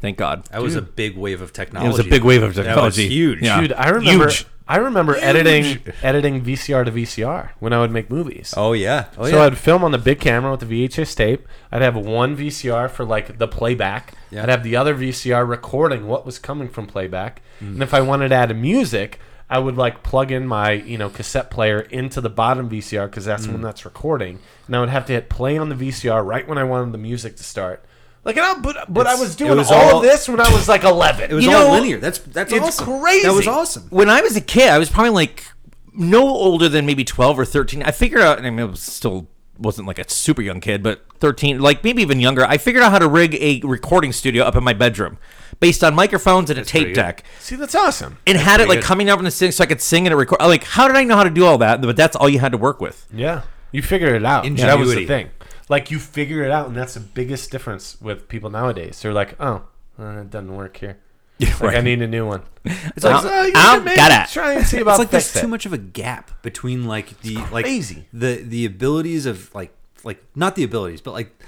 thank God.
That was a big wave of technology.
It was a big wave of
That was
technology.
Ah. huge.
Yeah.
dude I remember
Huge.
I remember editing editing VCR to VCR when I would make movies.
Oh yeah. Oh yeah.
so I'd film on the big camera with the VHS tape. I'd have one VCR for like the playback.
Yeah.
I'd have the other VCR recording what was coming from playback.
Mm.
And if I wanted to add music, I would like plug in my you know cassette player into the bottom VCR because that's
Mm.
when that's recording. And I would have to hit play on the VCR right when I wanted the music to start. Like, and I, but but I
It's-
was
it
doing
was
all,
all-
of this when I was like eleven.
it was
You
all
know,
linear. That's that's
It's
awesome.
crazy.
That was awesome.
When I was a kid, I was probably like no older than maybe 12 or 13. I figured out, and I mean, I was still wasn't like a super young kid, but 13, like maybe even younger. I figured out how to rig a recording studio up in my bedroom based on microphones and a tape deck
See, that's awesome.
and had it
pretty
like
good.
coming up in the sing so I could sing and record. Like, how did I know how to do all that? But that's all you had to work with.
Yeah, you figure it out. Yeah, That was the
Ingenuity.
thing. Like you figure it out, and that's the biggest difference with people nowadays. They're like, "Oh, uh, it doesn't work here. Like, I
right.
need a new one." It's "Oh,
like, I'll get it.
Try and see about
It's like there's
fix it.
too much of a gap between like the like
crazy.
the the abilities of like like not the abilities, but like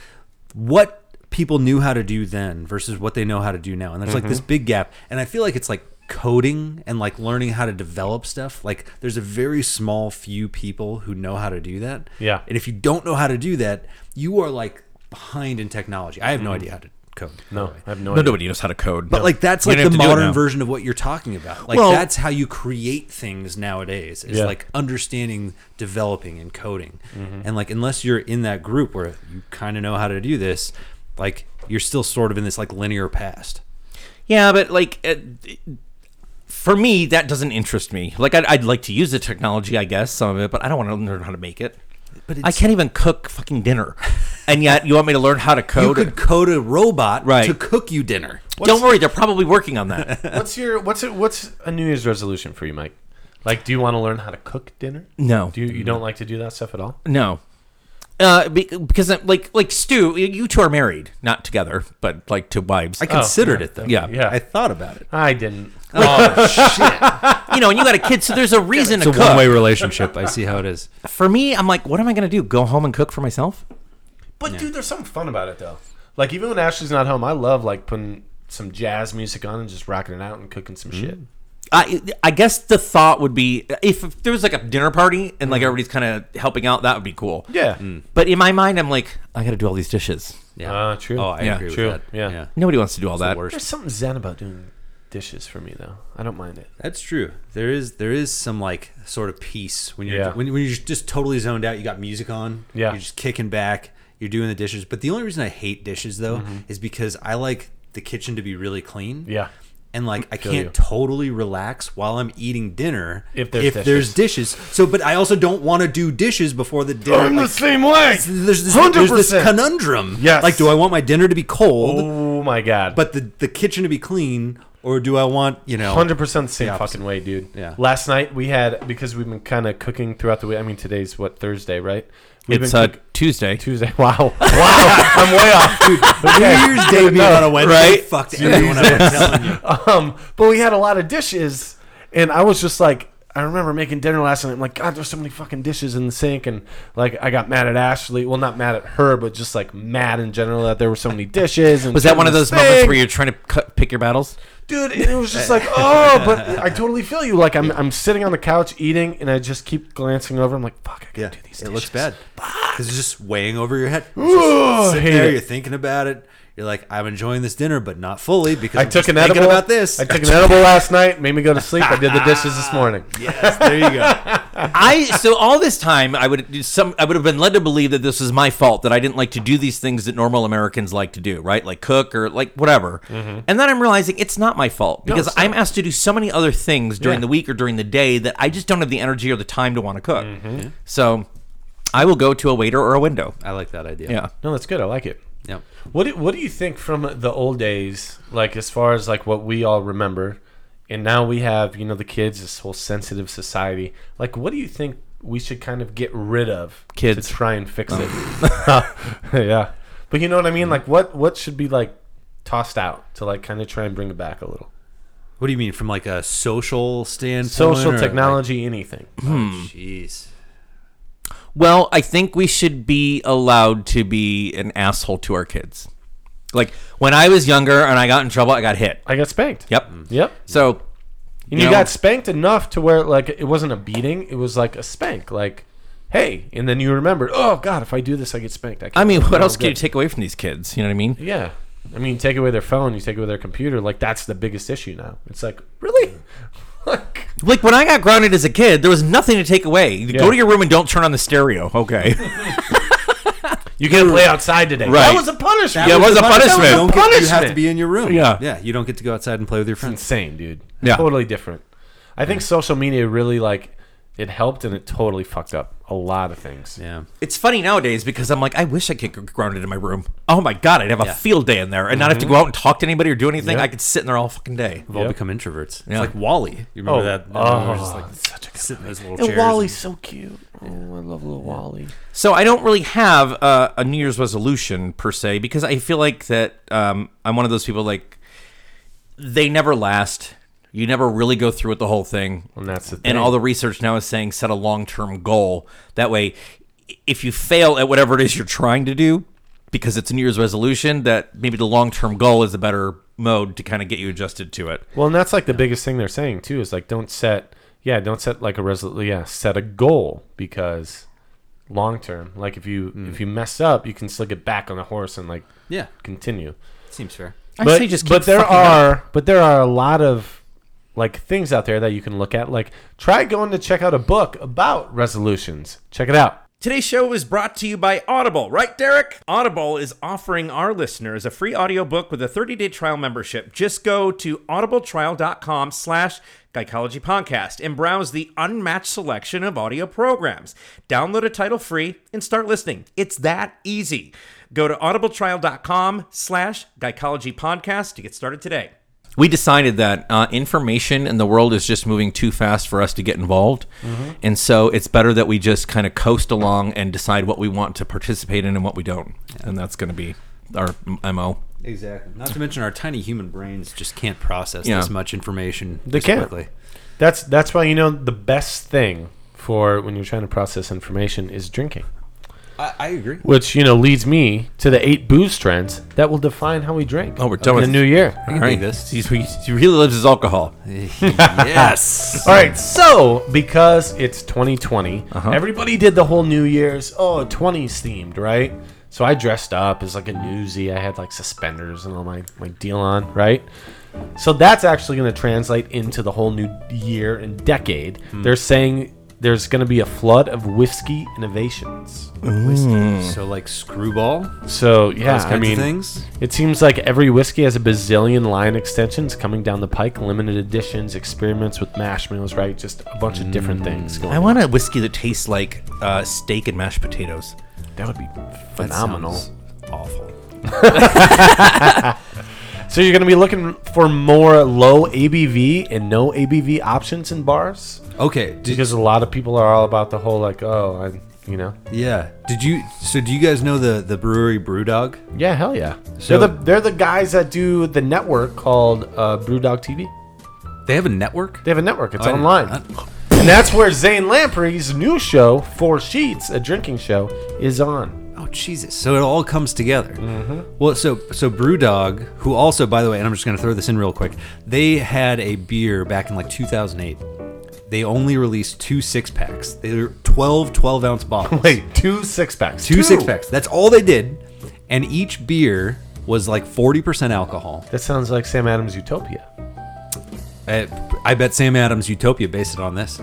what people knew how to do then versus what they know how to do now. And there's like this
Mm-hmm.
big gap. And I feel like it's like coding and like learning how to develop stuff. Like there's a very small few people who know how to do that.
Yeah.
And if you don't know how to do that, you are like behind in technology. I have no idea how to code.
Mm-hmm. No, I have no, idea.
Nobody knows how to code.
But like that's
You
like
don't have to
the
do it
modern
now.
version of what you're talking about. Like
Well-
that's how you create things nowadays. It's
Yeah.
like understanding, developing, and coding.
Mm-hmm.
And like unless you're in that group where you kind of know how to do this, like you're still sort of in this like linear past.
Yeah, but like, it, it- for me, that doesn't interest me. Like, I'd, I'd like to use the technology, I guess, some of it, but I don't want to learn how to make it.
But
I can't even cook fucking dinner, and yet you want me to learn how to
You
code?
could code a robot
Right.
to cook you dinner.
don't worry, they're probably working on that.
What's your what's it, what's a New Year's resolution for you, Mike? Like, do you want to learn how to cook dinner?
No.
Do you, you don't like to do that stuff at all?
no, uh, be, because I'm, like like Stu, you- you two are married, not together, but like two wives.
I considered it though.
Oh, Yeah.
Yeah.
I thought about it.
I didn't.
Oh shit!
you know, and you got a kid, so there's a reason
It's
to
a one-way
cook.
relationship. I see how it is.
For me, I'm like, what am I gonna do? Go home and cook for myself?
But dude, there's something fun about it though. Like even when Ashley's not home, I love like putting some jazz music on and just rocking it out and cooking some shit.
Mm.
I I guess the thought would be if, if there was like a dinner party and like everybody's kind of helping out, that would be cool.
Yeah.
Mm.
But in my mind, I'm like, I got to do all these dishes.
Yeah.
Ah, true.
Oh, I
Uh, Yeah,
agree
true.
with that.
Yeah.
Nobody wants to do all that.
worst.
There's something zen about doing dishes for me though. I don't mind it.
That's true. There is there is some like sort of peace when you're
Yeah.
when, when you're just totally zoned out. You got music on.
Yeah.
you're just kicking back. You're doing the dishes. But the only reason I hate dishes though is because I like the kitchen to be really clean.
Mm-hmm. Yeah.
And like I
Feel
can't
you.
totally relax while I'm eating dinner
If there's dishes.
there's dishes. So, but I also don't want to do dishes before the dinner. like,
same way.
there's this, there's this
100%.
conundrum.
Yes.
Like, do I want my dinner to be cold,
Oh my god.
but the, the kitchen to be clean, or do I want you know?
hundred percent the same
The opposite.
fucking way, dude.
Yeah.
Last night we had because we've been kind of cooking throughout the week. I mean, today's what Thursday, right? We've
It's
been
uh,
cook-
Tuesday.
Tuesday. Wow. Wow. I'm way off, dude.
New Year's Day being on a Wednesday
right?
fucked everyone up. I'm telling you.
Um, but we had a lot of dishes, and I was just like, I remember making dinner last night. I'm like, God, there's so many fucking dishes in the sink, and like, I got mad at Ashley. Well, not mad at her, but just like mad in general that there were so many dishes. And
Was that one of
this
those moments
thing.
where you're trying to cut, pick your battles?
dude? and It was just like, oh, but I totally feel you. Like, I'm I'm sitting on the couch eating, and I just keep glancing over. I'm like, fuck, I gotta
Yeah,
do these.
it
Dishes.
looks bad because it's just weighing over your head. It's
Ooh,
just sitting
hate
there,
it.
you're thinking about it. You're like, I'm enjoying this dinner, but not fully because I
I
am took
took
just
an
thinking
edible
about this.
I took an edible last night, made me go to sleep. I did the dishes this morning.
yes, there you go.
I so all this time I would do some I would have been led to believe that this was my fault that I didn't like to do these things that normal Americans like to do, right? Like cook or like whatever. And then I'm realizing it's not my fault because
Mm-hmm. it's
I'm asked to do so many other things during
Yeah. Mm-hmm.
the week or during the day that I just don't have the energy or the time to want to cook. So I will go to a waiter or a window.
I like that idea.
Yeah.
No, that's good. I like it.
Yep.
What do, what do you think from the old days, like as far as like what we all remember, and now we have you know the kids, this whole sensitive society. Like, what do you think we should kind of get rid of,
Kids.
to try and fix it? yeah, but you know what I mean. Like, what what should be like tossed out to like kind of try and bring it back a little?
What do you mean from like a social standpoint?
Social
or,
technology, anything.
like- Jeez.
Well, I think we should be allowed to be an asshole to our kids. Like when I was younger and I got in trouble, I got hit.
I got spanked.
Yep.
Yep.
So
And
You
you,
know-
got spanked enough to where like it wasn't a beating, it was like a spank, like hey, and then you remembered, oh god, if I do this, I get spanked. can't
I mean,
do
what
no
else can you
good."
take away from these kids? You know what I mean?
Yeah, I mean, you take away their phone, you take away their computer, like that's the biggest issue now. It's like really, like
Like when I got grounded as a kid, there was nothing to take away. You Go
Yeah.
to your room and don't turn on the stereo. Okay. yeah,
you can't play outside today.
Right.
That was a punishment.
it was a
You,
punishment.
don't get, you have to
punishment.
be in your room.
Yeah.
Yeah. You don't get to go outside and play with your friends.
insane, dude.
Yeah.
totally different. I think social media really like it helped and it totally fucked up a lot of things.
Yeah.
It's funny nowadays because I'm like, I wish I could get grounded in my room. Oh my god, I'd have a field day in there and not have to
Mm-hmm.
go out and talk to anybody or do anything. I could sit in there all fucking day.
We've all
Yep.
become introverts.
Yeah.
It's like Wally. You remember
Oh,
that?
oh,
We're just like
such a
sitting in those little
And
chairs.
Wally's so cute. Oh, I love little Wally.
So I don't really have uh, a New Year's resolution per se because I feel like that um, I'm one of those people like they never last. You never really go through with the whole thing.
And that's the thing.
and all the research now is saying set a long-term goal that way i- if you fail at whatever it is you're trying to do because it's a new year's resolution that maybe the long-term goal is a better mode to kind of get you adjusted to it
well, and that's like the biggest thing they're saying too is like don't set yeah don't set like a resolution yeah set a goal because long term like if you if you mess up you can still get back on the horse and like
Yeah.
continue.
Seems fair.
but, but there are but there are a lot of like things out there that you can look at like try going to check out a book about resolutions check it out
Today's show is brought to you by Audible, right, Derek? Audible is offering our listeners a free audiobook with a 30-day trial membership. Just go to audibletrial.com slash Gynecology Podcast and browse the unmatched selection of audio programs. Download a title free and start listening. It's that easy. Go to audibletrial.com slash Gynecology Podcast to get started today. We decided that uh, information in the world is just moving too fast for us to get involved. And so it's better that we just kind of coast along and decide what we want to participate in and what we don't. And that's going to be our m- MO.
Exactly. Not to mention our tiny human brains just can't process
Yeah.
this much information.
They
this
can't.
quickly.
that's that's why you know the best thing for when you're trying to process information is drinking
I, I agree.
which you know leads me to the eight booze trends that will define how we drink.
Oh, we're done
in
with
the new year.
I can do this.
He's, he really loves his alcohol.
yes.
All right, so because it's 2020,
Uh-huh.
everybody did the whole New Year's oh 20s themed, right? So I dressed up as like a newsie. I had like suspenders and all my my deal on, right? So that's actually going to translate into the whole new year and decade.
Hmm.
They're saying there's going to be a flood of whiskey innovations.
So like screwball, those
So Hmm. yeah,
kinds
I mean,
of things.
It seems like every whiskey has a bazillion line extensions coming down the pike, limited editions, experiments with marshmallows, right? Just a bunch of different things going
I want a whiskey that tastes like uh, steak and mashed potatoes.
on. That would be phenomenal.
Awful.
So you're going to be looking for more low ABV and no ABV options in bars?
Okay. Did,
Because a lot of people are all about the whole, like, oh, I, you know.
yeah. Did you? So do you guys know the the brewery BrewDog?
Yeah, hell yeah.
So-
they're, the, they're the guys that do the network called uh, Brewdog TV.
They have a network.
They have a network. It's
I didn't-
online.
I-
and that's where Zane Lamprey's new show, Four Sheets, a drinking show, is on.
Oh Jesus! So it all comes together.
Mm-hmm.
Well, so so BrewDog, who also, by the way, and I'm just going to throw this in real quick, they had a beer back in like 2008. They only released two six packs. They were 12 12 ounce bottles.
Wait, two six packs.
two six packs. That's all they did, and each beer was like 40 percent alcohol.
That sounds like Sam Adams Utopia.
I, Uh, I bet Sam Adams Utopia based it on this.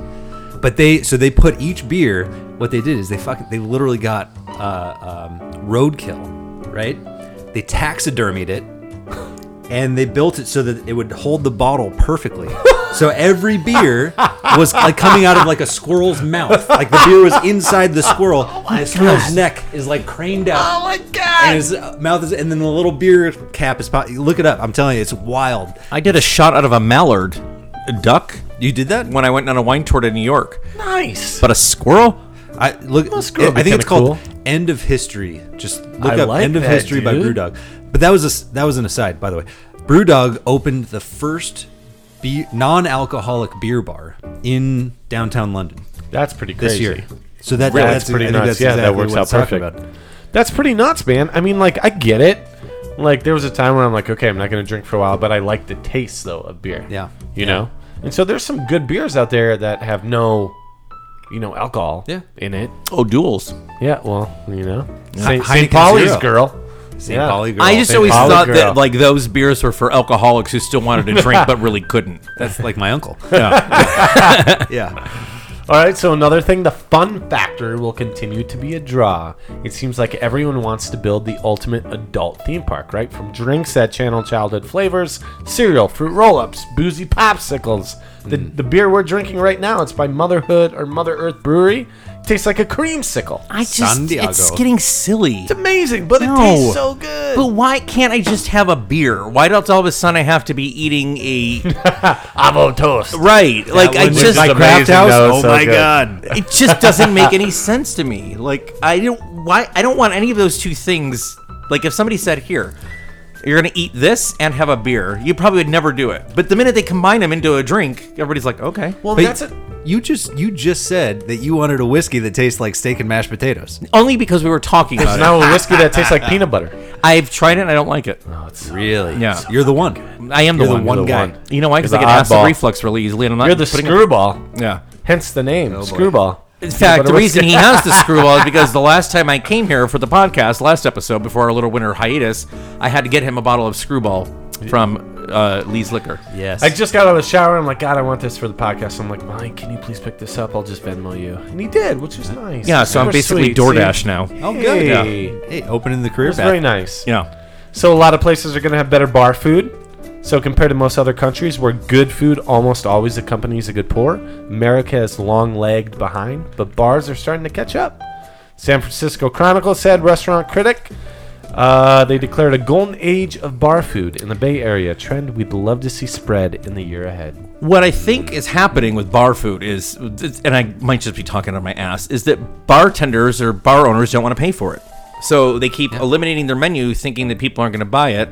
But they so they put each beer. What they did is they fucking they literally got uh, um, roadkill, right? They taxidermied it, and they built it so that it would hold the bottle perfectly. So every beer was like coming out of like a squirrel's mouth. Like the beer was inside the squirrel, and the squirrel's neck is like craned out.
Oh my God.
And his uh, mouth is, and then the little beer cap is. Pop- look it up. I'm telling you, it's wild.
I did a shot out of a mallard, a duck,
You did that?
when I went on a wine tour to New York.
Nice.
But a squirrel?
I look.
squirrel
I
be
think it's
kinda
called "End of History." Just look
I
up
like
"End of
that,
History" by
dude.
Brewdog. But that was a s that was an aside, by the way. Brewdog opened the first be- non-alcoholic beer bar in downtown London
That's pretty crazy.
this year. So that,
Yeah,
that's,
that's pretty
I think
nuts.
that's
yeah,
exactly
that works
what
out
it's talking
perfect.
about.
That's pretty nuts, man. I mean, like, I get it. Like, there was a time where I'm like, okay, I'm not going to drink for a while, but I like the taste, though, of beer.
Yeah.
You know? And so there's some good beers out there that have no, you know, alcohol
Yeah.
in it.
Oh, duels.
Yeah, well, you know. St.
Heineken
St. Pauli's
Zero.
girl.
St.
Yeah.
Pauli girl.
I just
St.
always
Pauli
thought
girl.
that like those beers were for alcoholics who still wanted to drink but really couldn't.
that's like my uncle. Yeah. yeah.
All right, so another thing, the fun factor will continue to be a draw. It seems like everyone wants to build the ultimate adult theme park, right? From drinks that channel childhood flavors, cereal, fruit roll ups, boozy popsicles. The, the beer we're drinking right now, it's by Motherhood or Mother Earth Brewery. tastes like a creamsicle.
I
San Diego.
getting silly.
It's amazing, but
No.
it tastes so good.
But why can't I just have a beer? Why does all of a sudden I have to be eating a
Avo toast.
right? Like I
one was
just
my
amazing,
craft house.
though,
oh
so
my
good.
god.
it just doesn't make any sense to me. Like I don't why I don't want any of those two things. Like if somebody said here, you're gonna eat this and have a beer, you probably would never do it. But the minute they combine them into a drink, everybody's like, okay.
Well,
But
that's it.
You just you just said that you wanted a whiskey that tastes like steak and mashed potatoes.
Only because we were talking
It's
about
now a whiskey that tastes like peanut butter.
it. I've tried it and I don't like it.
Really?
Yeah.
You're the one.
I am the
You're the
one.
one guy.
You know why? Because I
You're
get
the
acid
oddball.
reflux really easily, and I'm not
You're the
putting-
screwball,
Yeah.
hence the name, screwball.
In fact, the reason he has the screwball is because the last time I came here for the podcast, last episode before our little winter hiatus, I had to get him a bottle of screwball from uh, Lee's Liquor.
Yes.
I just got out of the shower. I'm like, God, I want this for the podcast. I'm like, Mike, can you please pick this up? I'll just Venmo you. And he did, which was nice.
Uh, Yeah, so I'm
Super
basically
sweet,
DoorDash
see?
now.
Oh, good.
Hey.
Hey, opening the career
It was
path.
very nice.
Yeah.
So a lot of places are going to have better bar food. So compared to most other countries where good food almost always accompanies a good pour, America is long-legged behind, but bars are starting to catch up. San Francisco Chronicle said restaurant critic uh, they declared a golden age of bar food in the Bay Area, a trend we'd love to see spread in the year ahead.
What I think is happening with bar food is, and I might just be talking on my ass, is that bartenders or bar owners don't want to pay for it. So they keep eliminating their menu thinking that people aren't going to buy it.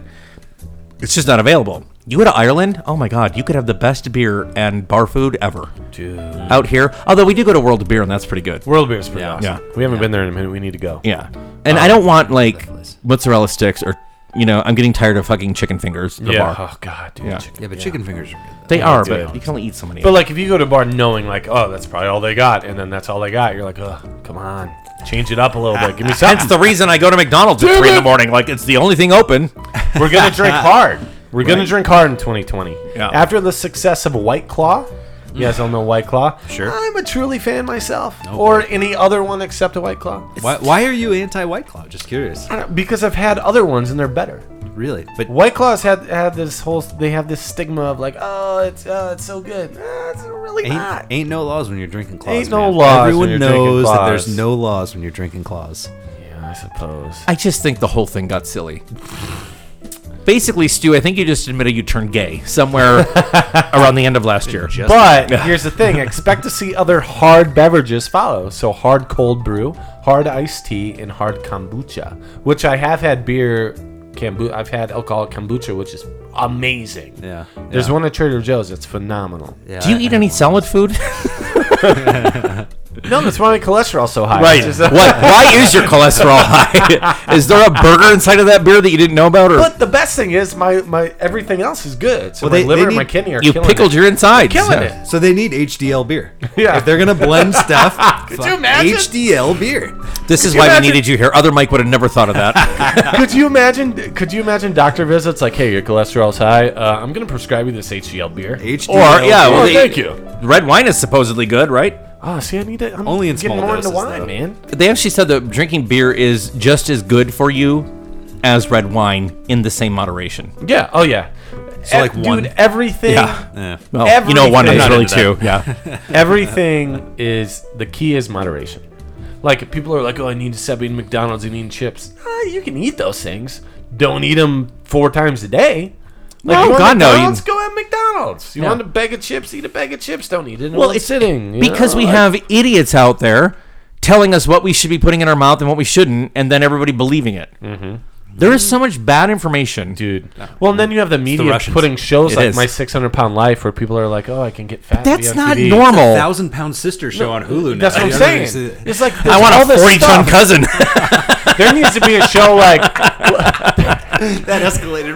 It's just not available. You go to Ireland, oh my God, you could have the best beer and bar food ever. Out here. Although we do go to World Beer, and that's pretty good.
World Beer's pretty
Yeah.
awesome.
Yeah.
We haven't been there in a minute. We need to go.
Yeah. And
Uh,
I don't want like mozzarella sticks or, you know, I'm getting tired of fucking chicken fingers in the bar.
Oh god, dude.
Yeah.
chicken-
Yeah, but chicken fingers are good.
They are,
dude.
but you can only eat so many.
But like, if you go to a bar knowing like, oh, that's probably all they got, and then that's all they got, you're like, oh, come on, change it up a little bit. Give me
That's
something.
the reason I go to McDonald's at three in the morning. Like it's the only thing open.
We're gonna drink hard. We're gonna drink hard in 2020.
Yeah.
After the success of White Claw, you guys all know White Claw.
Sure.
I'm a truly fan myself, or any other one except a White Claw,
Why, why are you anti White Claw? Just curious.
I don't- because I've had other ones and they're better.
Really? But
White Claws had had this whole. They have this stigma of like, oh, it's uh, it's so good. Uh, it's really
ain't,
not.
ain't no laws when you're drinking claws.
Ain't no
man.
laws when
Everyone
you're drinking
knows that
claws.
there's no laws when you're drinking claws.
Yeah, I suppose.
I just think the whole thing got silly. Basically, Stu, I think you just admitted you turned gay somewhere around the end of last year.
But here's the thing: expect to see other hard beverages follow. So hard cold brew, hard iced tea, and hard kombucha. Which I have had beer, kombu- I've had alcoholic kombucha, which is amazing.
Yeah,
There's
yeah.
one at Trader Joe's. It's phenomenal.
Yeah,
Do you
I-
eat any solid food?
No, that's why my cholesterol's so high. It's just
what?
a-
Why is your cholesterol high? is there a burger inside of that beer that you didn't know about, or
But the best thing is my, my everything else is good. So
Well,
my
they- they
liver and my
need-
kidney are
you
killing
pickled
it.
your insides?
killing
Yeah.
it.
So they need HDL beer.
Yeah.
If they're gonna blend stuff, Could
you imagine?
HDL beer.
This is
you
why we
imagine-
needed you here. Other Mike would have never thought of that.
could you imagine? Could you imagine doctor visits like, hey, your cholesterol's high. Uh, I'm gonna prescribe you this HDL beer.
HDL.
or yeah, well,
Oh,
the-
thank you.
Red wine is supposedly good, right?
Oh, see, I need to. I'm
Only in
getting
small
more into
doses,
wine,
though.
man.
They actually said that drinking beer is just as good for you as red wine in the same moderation.
Yeah. Oh, yeah.
So, like,
Ev- dude,
one.
everything.
Yeah. Yeah.
Oh,
Well, you know, one
Everything-
is
I'm not
really
into
two. Yeah.
Everything is the key is moderation. Like people are like, oh, I need to be in McDonald's and eating chips. Ah, you can eat those things. Don't eat them four times a day. Like,
No,
you want
God, no, you-
McDonald's, go at McDonald's. You
Yeah.
want a bag of chips? Eat a bag of chips. Don't eat it.
Well,
Well, it's
it's
sitting you
because
know,
we
like-
have idiots out there telling us what we should be putting in our mouth and what we shouldn't, and then everybody believing it. There is so much bad information,
dude. Well, and then you have the media
Russians.
putting shows
It
like
is.
My 600 Pound Life, where people are like, oh, I can get fat. and be
That's
on
not
TV.
normal.
Thousand Pound Sister show on Hulu.
That's
now.
what I'm
You know
saying.
I mean?
It's like
I want
all
a
this
40 ton
stuff.
cousin.
There needs to be a show like
That escalated real quick.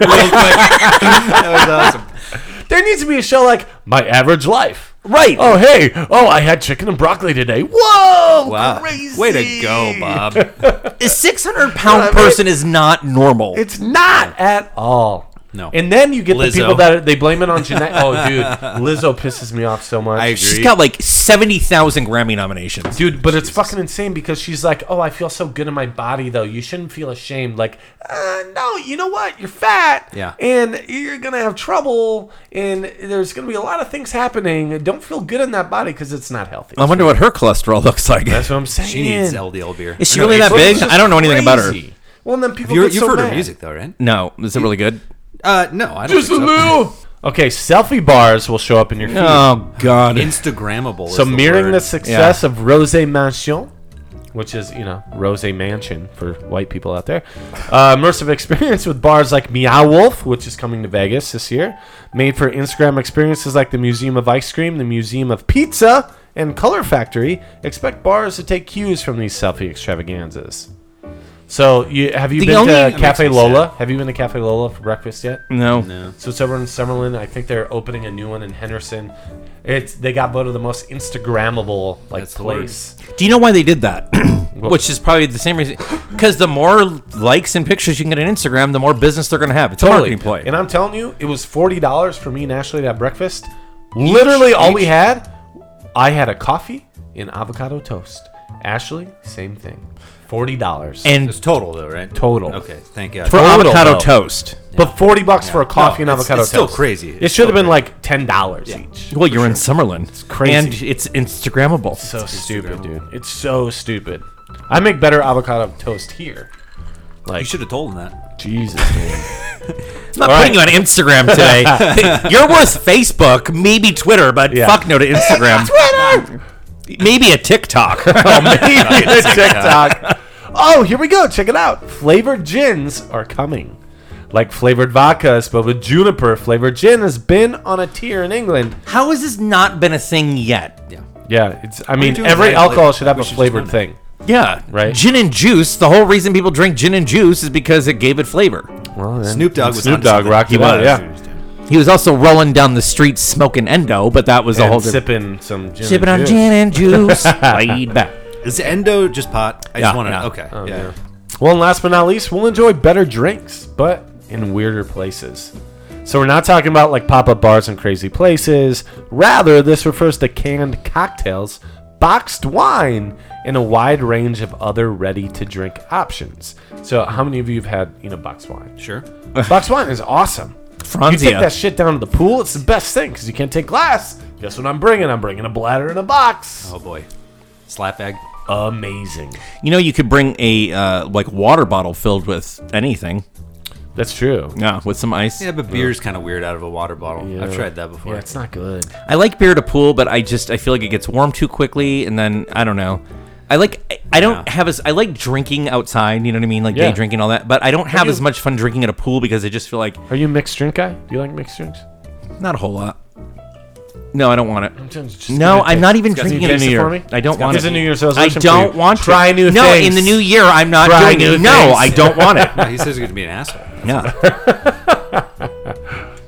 that was awesome.
there needs to be a show like My Average Life.
right.
Oh hey, oh I had chicken and broccoli today. Whoa,
Wow.
crazy.
Way to go, Bob.
a 600 pound person is not normal.
It's not at all.
No.
And then you get
Lizzo.
the people that are, they blame it on Jeanette. oh dude, Lizzo pisses me off so much.
I agree.
She's got like 70,000 Grammy nominations.
Dude, but it's fucking insane because she's like, "Oh, I feel so good in my body, though. You shouldn't feel ashamed." Like, uh, no, you know what? You're fat,
Yeah.
and you're gonna have trouble, and there's gonna be a lot of things happening. Don't feel good in that body because it's not healthy.
Um,
I wonder what her cholesterol looks like.
That's what I'm saying.
She needs LDL beer.
Is she
No,
really
it's-
that big?
It's just
I don't know anything about her.
crazy. Well, and then people
You're,
get
you've
so
heard
mad.
her music though, right?
No. Is it really good?
Uh, no, I don't
Just a
think so.
little. Okay, selfie bars will show up in your feed.
Oh, God.
Instagrammable. is
so
the
mirroring
word.
the success of Rose Mansion, which is you know Rose Mansion for white people out there, uh, immersive experience with bars like Meow Wolf, which is coming to Vegas this year, made for Instagram experiences like the Museum of Ice Cream, the Museum of Pizza, and Color Factory. Expect bars to take cues from these selfie extravaganzas. So, you, have you
The
been
only-
to Cafe Lola? Have you been to Cafe Lola for breakfast yet?
No.
So it's over in Summerlin. I think they're opening a new one in Henderson. It's they got voted the most Instagrammable like
That's the word.
place.
Do you know why they did that? Which is probably the same reason. Because the more likes and pictures you can get on Instagram, the more business they're going to have. It's a marketing play.
And I'm telling you, it was forty dollars for me and Ashley to have breakfast. Literally all we had, I had a coffee and avocado toast. Ashley, same thing. Forty dollars.
And
It's total though, right?
Total.
Okay, thank God.
for
Total,
avocado
though.
toast.
but forty bucks for a coffee
No,
and
it's-
avocado
it's
toast.
still crazy.
it
It's
should have
still
been like ten dollars each.
Well, you're in Summerlin. It's
crazy.
And it's Instagrammable.
So stupid, dude. It's so stupid. I make better avocado toast here.
You should have told him that.
Jesus, man.
I'm not putting you on Instagram today. you're worth Facebook, maybe Twitter, but
Yeah.
fuck no to Instagram. Twitter! Maybe a TikTok.
Oh, maybe the TikTok. Oh, here we go. Check it out. Flavored gins are coming. Like flavored vodka is spelled with juniper. Flavored gin has been on a tier in England.
How has this not been a thing yet? Yeah.
Yeah, it's. I mean,
doing
every
today?
alcohol
Like,
should have
we
a
should just
flavored
learn
thing. Right.
Gin and juice, the whole reason people drink gin and juice is because it gave it flavor.
Well, then
Snoop Dogg was
Snoop
onto
Dogg
something.
rocked
He
it out,
was.
yeah.
He was also rolling down the street smoking endo, but that was a whole
And
different.
sipping some gin.
Sipping
and
on
juice.
gin and juice. laid back.
Is endo just pot? I
Yeah,
just want to
yeah.
know. Okay.
Oh,
yeah.
Well, and last but not least, we'll enjoy better drinks, but in weirder places. So we're not talking about like pop up bars and crazy places. Rather, this refers to canned cocktails, boxed wine, and a wide range of other ready to drink options. So, how many of you have had, you know, boxed wine?
Sure.
boxed wine is awesome. You take
Franzia.
that shit down to the pool, it's the best thing because you can't take glass. Guess what I'm bringing? I'm bringing a bladder and a box.
Oh boy. Slap bag.
Oh. Amazing.
you know, you could bring a uh, like water bottle filled with anything.
That's true.
Yeah, with some ice.
Yeah, but beer's kind of weird out of a water bottle. I've tried that before.
Yeah, it's not good.
I like beer to pool, but I just I feel like it gets warm too quickly, and then I don't know. I like I, I don't have as I like drinking outside. You know what I mean, like
Yeah.
day drinking all that. But I don't have as much fun drinking at a pool because I just feel like
Are you a mixed drink guy? Do you like mixed drinks?
not a whole lot. No, I don't want it.
Just
No,
give it a
I'm not even
It's got
drinking
some
in the
taste
New
for
Year.
me.
I don't
It's got-
want
Here's
it.
a New Year's
I
resolution for
don't
you.
want to
Try new
No,
things.
in the New Year, I'm not
Try
doing
new
it. No,
things.
I don't want it.
No, he says he's going to be an asshole.
Yeah.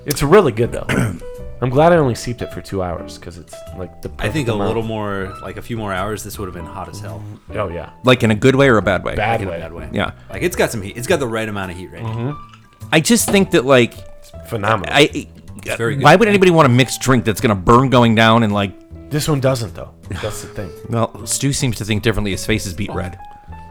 It's really good though. I'm glad I only seeped it for two hours because it's like the.
I think
perfect
a
amount.
little more, like a few more hours, this would have been hot as hell.
Oh yeah,
Like in a good way or a bad way.
bad
In a
way.
bad way.
Yeah.
Like it's got some heat. It's got the right amount of heat right
Mm-hmm.
now.
I just think that like
Phenomenal.
I.
very good.
Why would anybody want a mixed drink that's going to burn going down and like?
this one doesn't though. That's the thing.
Well, Stu seems to think differently. His face is beat red.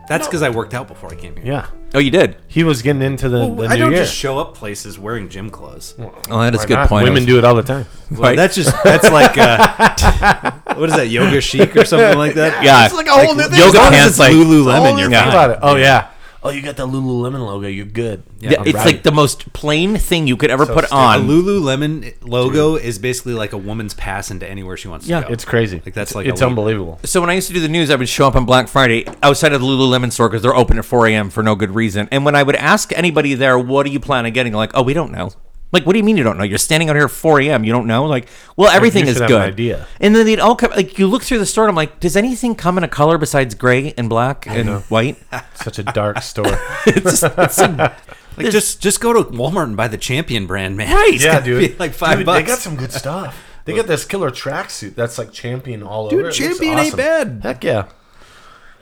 That's because I worked out before I came here.
Yeah.
Oh, you did.
He was getting into the, the
I
new
don't
year.
just show up places wearing gym clothes.
Oh, that is
Why
a good
not?
point.
Women do it all the time.
Well, that's just that's like uh, what is that yoga chic or something like that?
Yeah.
It's like a whole new thing.
Yoga
As long as
pants,
it's
like
Lululemon,
Lululemon,
you're
you're
fine.
fine.
About it. Oh yeah. Oh, you got the Lululemon logo. You're good.
Yeah, it's
Alright.
like the most plain thing you could ever put
A
on.
Lululemon logo is basically like a woman's pass into anywhere she wants to go.
it's crazy.
Like, that's like
it's
a-
unbelievable.
So when I used to do the news, I would show up on Black Friday outside of the Lululemon store because they're open at 4 a.m. for no good reason. And when I would ask anybody there, "What do you plan on getting?" Like, "Oh, we don't know." Like, what do you mean you don't know? You're standing out here at 4 a.m. You don't know? Like, well, everything
should
is
have
good.
an idea.
And then they'd all come. Like, you look through the store, and I'm like, "Does anything come in a color besides gray and black and white?"
Such a dark store.
it's just, it's a,
Like, just just go to Walmart and buy the Champion brand, man.
Right.
It's
Yeah,
gonna be like five
Dude,
bucks.
They got some good stuff. They got this killer tracksuit that's like champion all
Dude,
over. It looks
Champion ain't
awesome.
bad.
Heck yeah.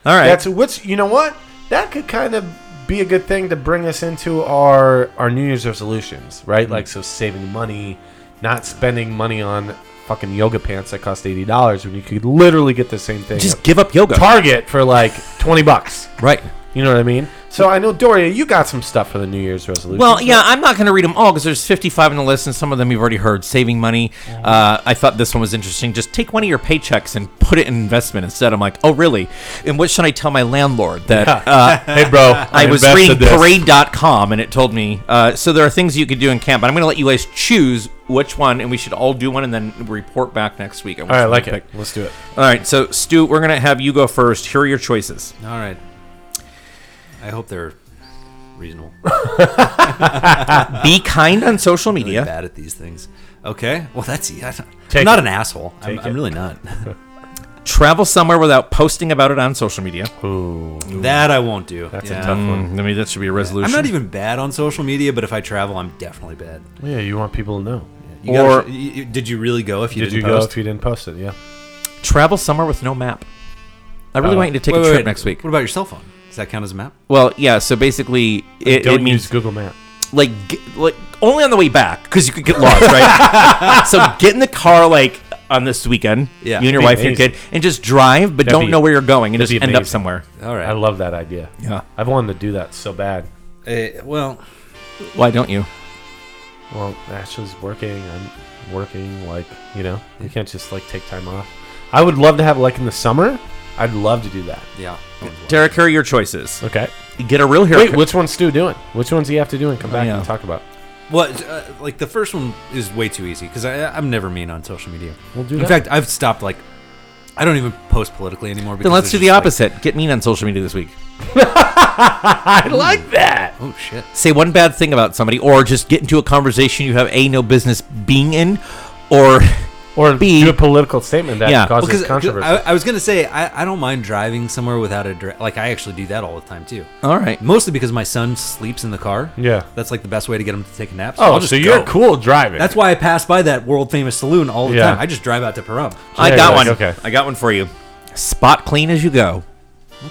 all right.
That's what's you know what that could kind of be a good thing to bring us into our our New Year's resolutions, right?
Hmm.
Like so saving money, not spending money on fucking yoga pants that cost eighty dollars when you could literally get the same thing.
just
at
give up yoga.
Target for like twenty bucks.
right.
You know what I mean? So I know Doria, you got some stuff for the New Year's resolution.
Well, yeah, I'm not going to read them all because there's 55 on the list, and some of them you've already heard. Saving money. Uh, I thought this one was interesting. Just take one of your paychecks and put it in investment instead. I'm like, oh, really? And what should I tell my landlord that uh,
hey bro,
I was reading parade.com and it told me. Uh, so there are things you could do in camp, but I'm going to let you guys choose which one, and we should all do one and then report back next week. All
All right, I like it. Let's do it.
All right, so Stu, we're going to have you go first. Here are your choices.
All right. I hope they're reasonable.
Be kind on social media.
really bad at these things. Okay. Well, that's I don't-
Take
I'm not
it.
an asshole. I'm,
Take
I'm
it.
really not.
Travel somewhere without posting about it on social media.
that I won't do.
That's
Yeah.
a tough one.
I mean, that should be a resolution.
I'm not even bad on social media, but if I travel, I'm definitely bad.
Yeah, you want people to know.
You
Or-
gotta- you- you- did you really go? If you
Did you
didn't
go
post?
if you didn't post it? Yeah.
travel somewhere with no map. I really
Oh.
want you to take
Wait,
a
wait,
trip
wait.
next week.
What about your cell phone? Does that count as a map?
Well, yeah. So basically, it,
Don't
it means
use Google Map.
like g- like only on the way back because you could get lost, right? so get in the car like on this weekend,
Yeah.
you and your
Be
wife and your
amazing.
kid, and just drive, but
That'd
don't
be-
know where you're going, and just
be
end up
amazing.
somewhere.
All right.
I love that idea.
Yeah.
I've wanted to do that so bad.
Uh, well,
Why don't you?
Well, Ashley's working. I'm working. Like, you know, you can't just like take time off. I would love to have like in the summer. I'd love to do that.
yeah.
Derek, here are your choices.
Okay.
Get a real haircut.
Wait, which one's Stu doing? Which ones do you have to do and come back
Oh, yeah.
and talk about?
Well, uh, like the first one is way too easy because I'm never mean on social media.
We'll do
In
that.
fact, I've stopped like I don't even post politically anymore.
then
because
let's do
there's
the
just, like,
opposite. get mean on social media this week.
I like that.
oh shit.
say one bad thing about somebody or just get into a conversation you have a no business being in or
Or
B-
do a political statement that
Yeah.
causes
Because
controversy.
I, I was gonna say I, I don't mind driving somewhere without a direct. Like I actually do that all the time too.
Uh.
all right
Mostly because my son sleeps in the car.
Yeah.
that's like the best way to get him to take a nap.
oh,
I'll just
so you're
go.
cool driving.
That's why I pass by that world famous saloon all the
Yeah.
time. I just drive out to Pahrump.
i
Yeah,
got
yeah,
one
okay.
i got one for you spot clean as you go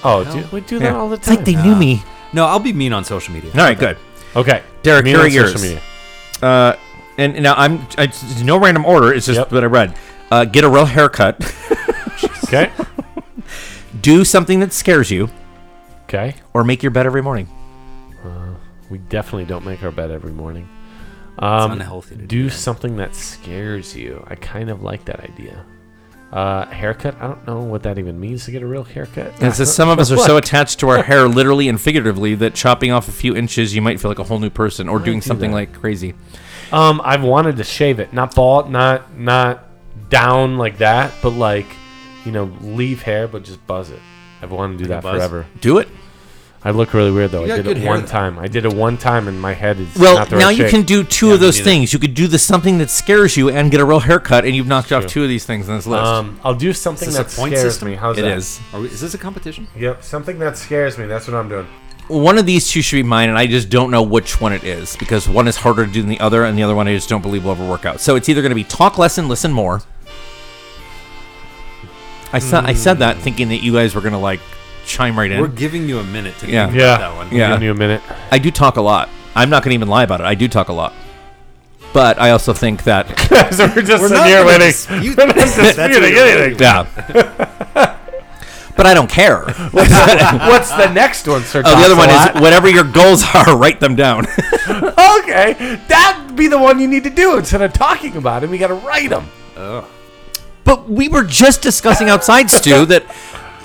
oh, dude, we do that all the
it's
time.
like they knew me
No, I'll be mean on social media.
all right good
okay,
Derek,
me
here
on
are yours.
social media.
uh and and now i'm I, it's no random order it's just
Yep.
what i read uh, get a real haircut
Okay,
do something that scares you
okay.
or make your bed every morning
We definitely don't make our bed every morning.
it's unhealthy. To do.
do something that scares you. I kind of like that idea. Uh, haircut? I don't know what that even means to get a real haircut.
and it says some of us are so attached to our hair literally and figuratively that chopping off a few inches you might feel like a whole new person or doing something like crazy
Um, I've wanted to shave it, not bald, not not down like that, but like you know, leave hair, but just buzz it. I've wanted to do that
buzz?
forever.
do it
I look really weird though.
got
I did
good
it
hair,
one
though.
time. I did it one time, and my head is
Well,
Not the
now
right
you
shape.
can do two of those things. You could do the something that scares you and get a real haircut, and you've knocked off two of these things on this list.
Um, I'll do something
Is
that
this a point
scares
system?
me. How's
It
that?
is.
Are we, is this a competition?
Yep, something that scares me. That's what I'm doing.
One of these two should be mine, and I just don't know which one it is because one is harder to do than the other, and the other one I just don't believe will ever work out. So it's either going to be talk less and listen more. I said I said that thinking that you guys were going to like chime right in.
We're giving you a minute to
Yeah.
think
Yeah.
about that one.
Yeah.
Give you a minute.
I do talk a lot. I'm not going to even lie about it. I do talk a lot, but I also think that
so we're just
We're
sitting
not
here
gonna
waiting.
dispute
We're not
this. That's what
disputing
we're
anything.
yeah. but I don't care.
What's the, what's the next one, Sir?
Oh, the other one
Tonsilot?
is whatever your goals are, write them down.
Okay, that'd be the one you need to do instead of talking about him. You got to write him.
but we were just discussing outside, Stu, that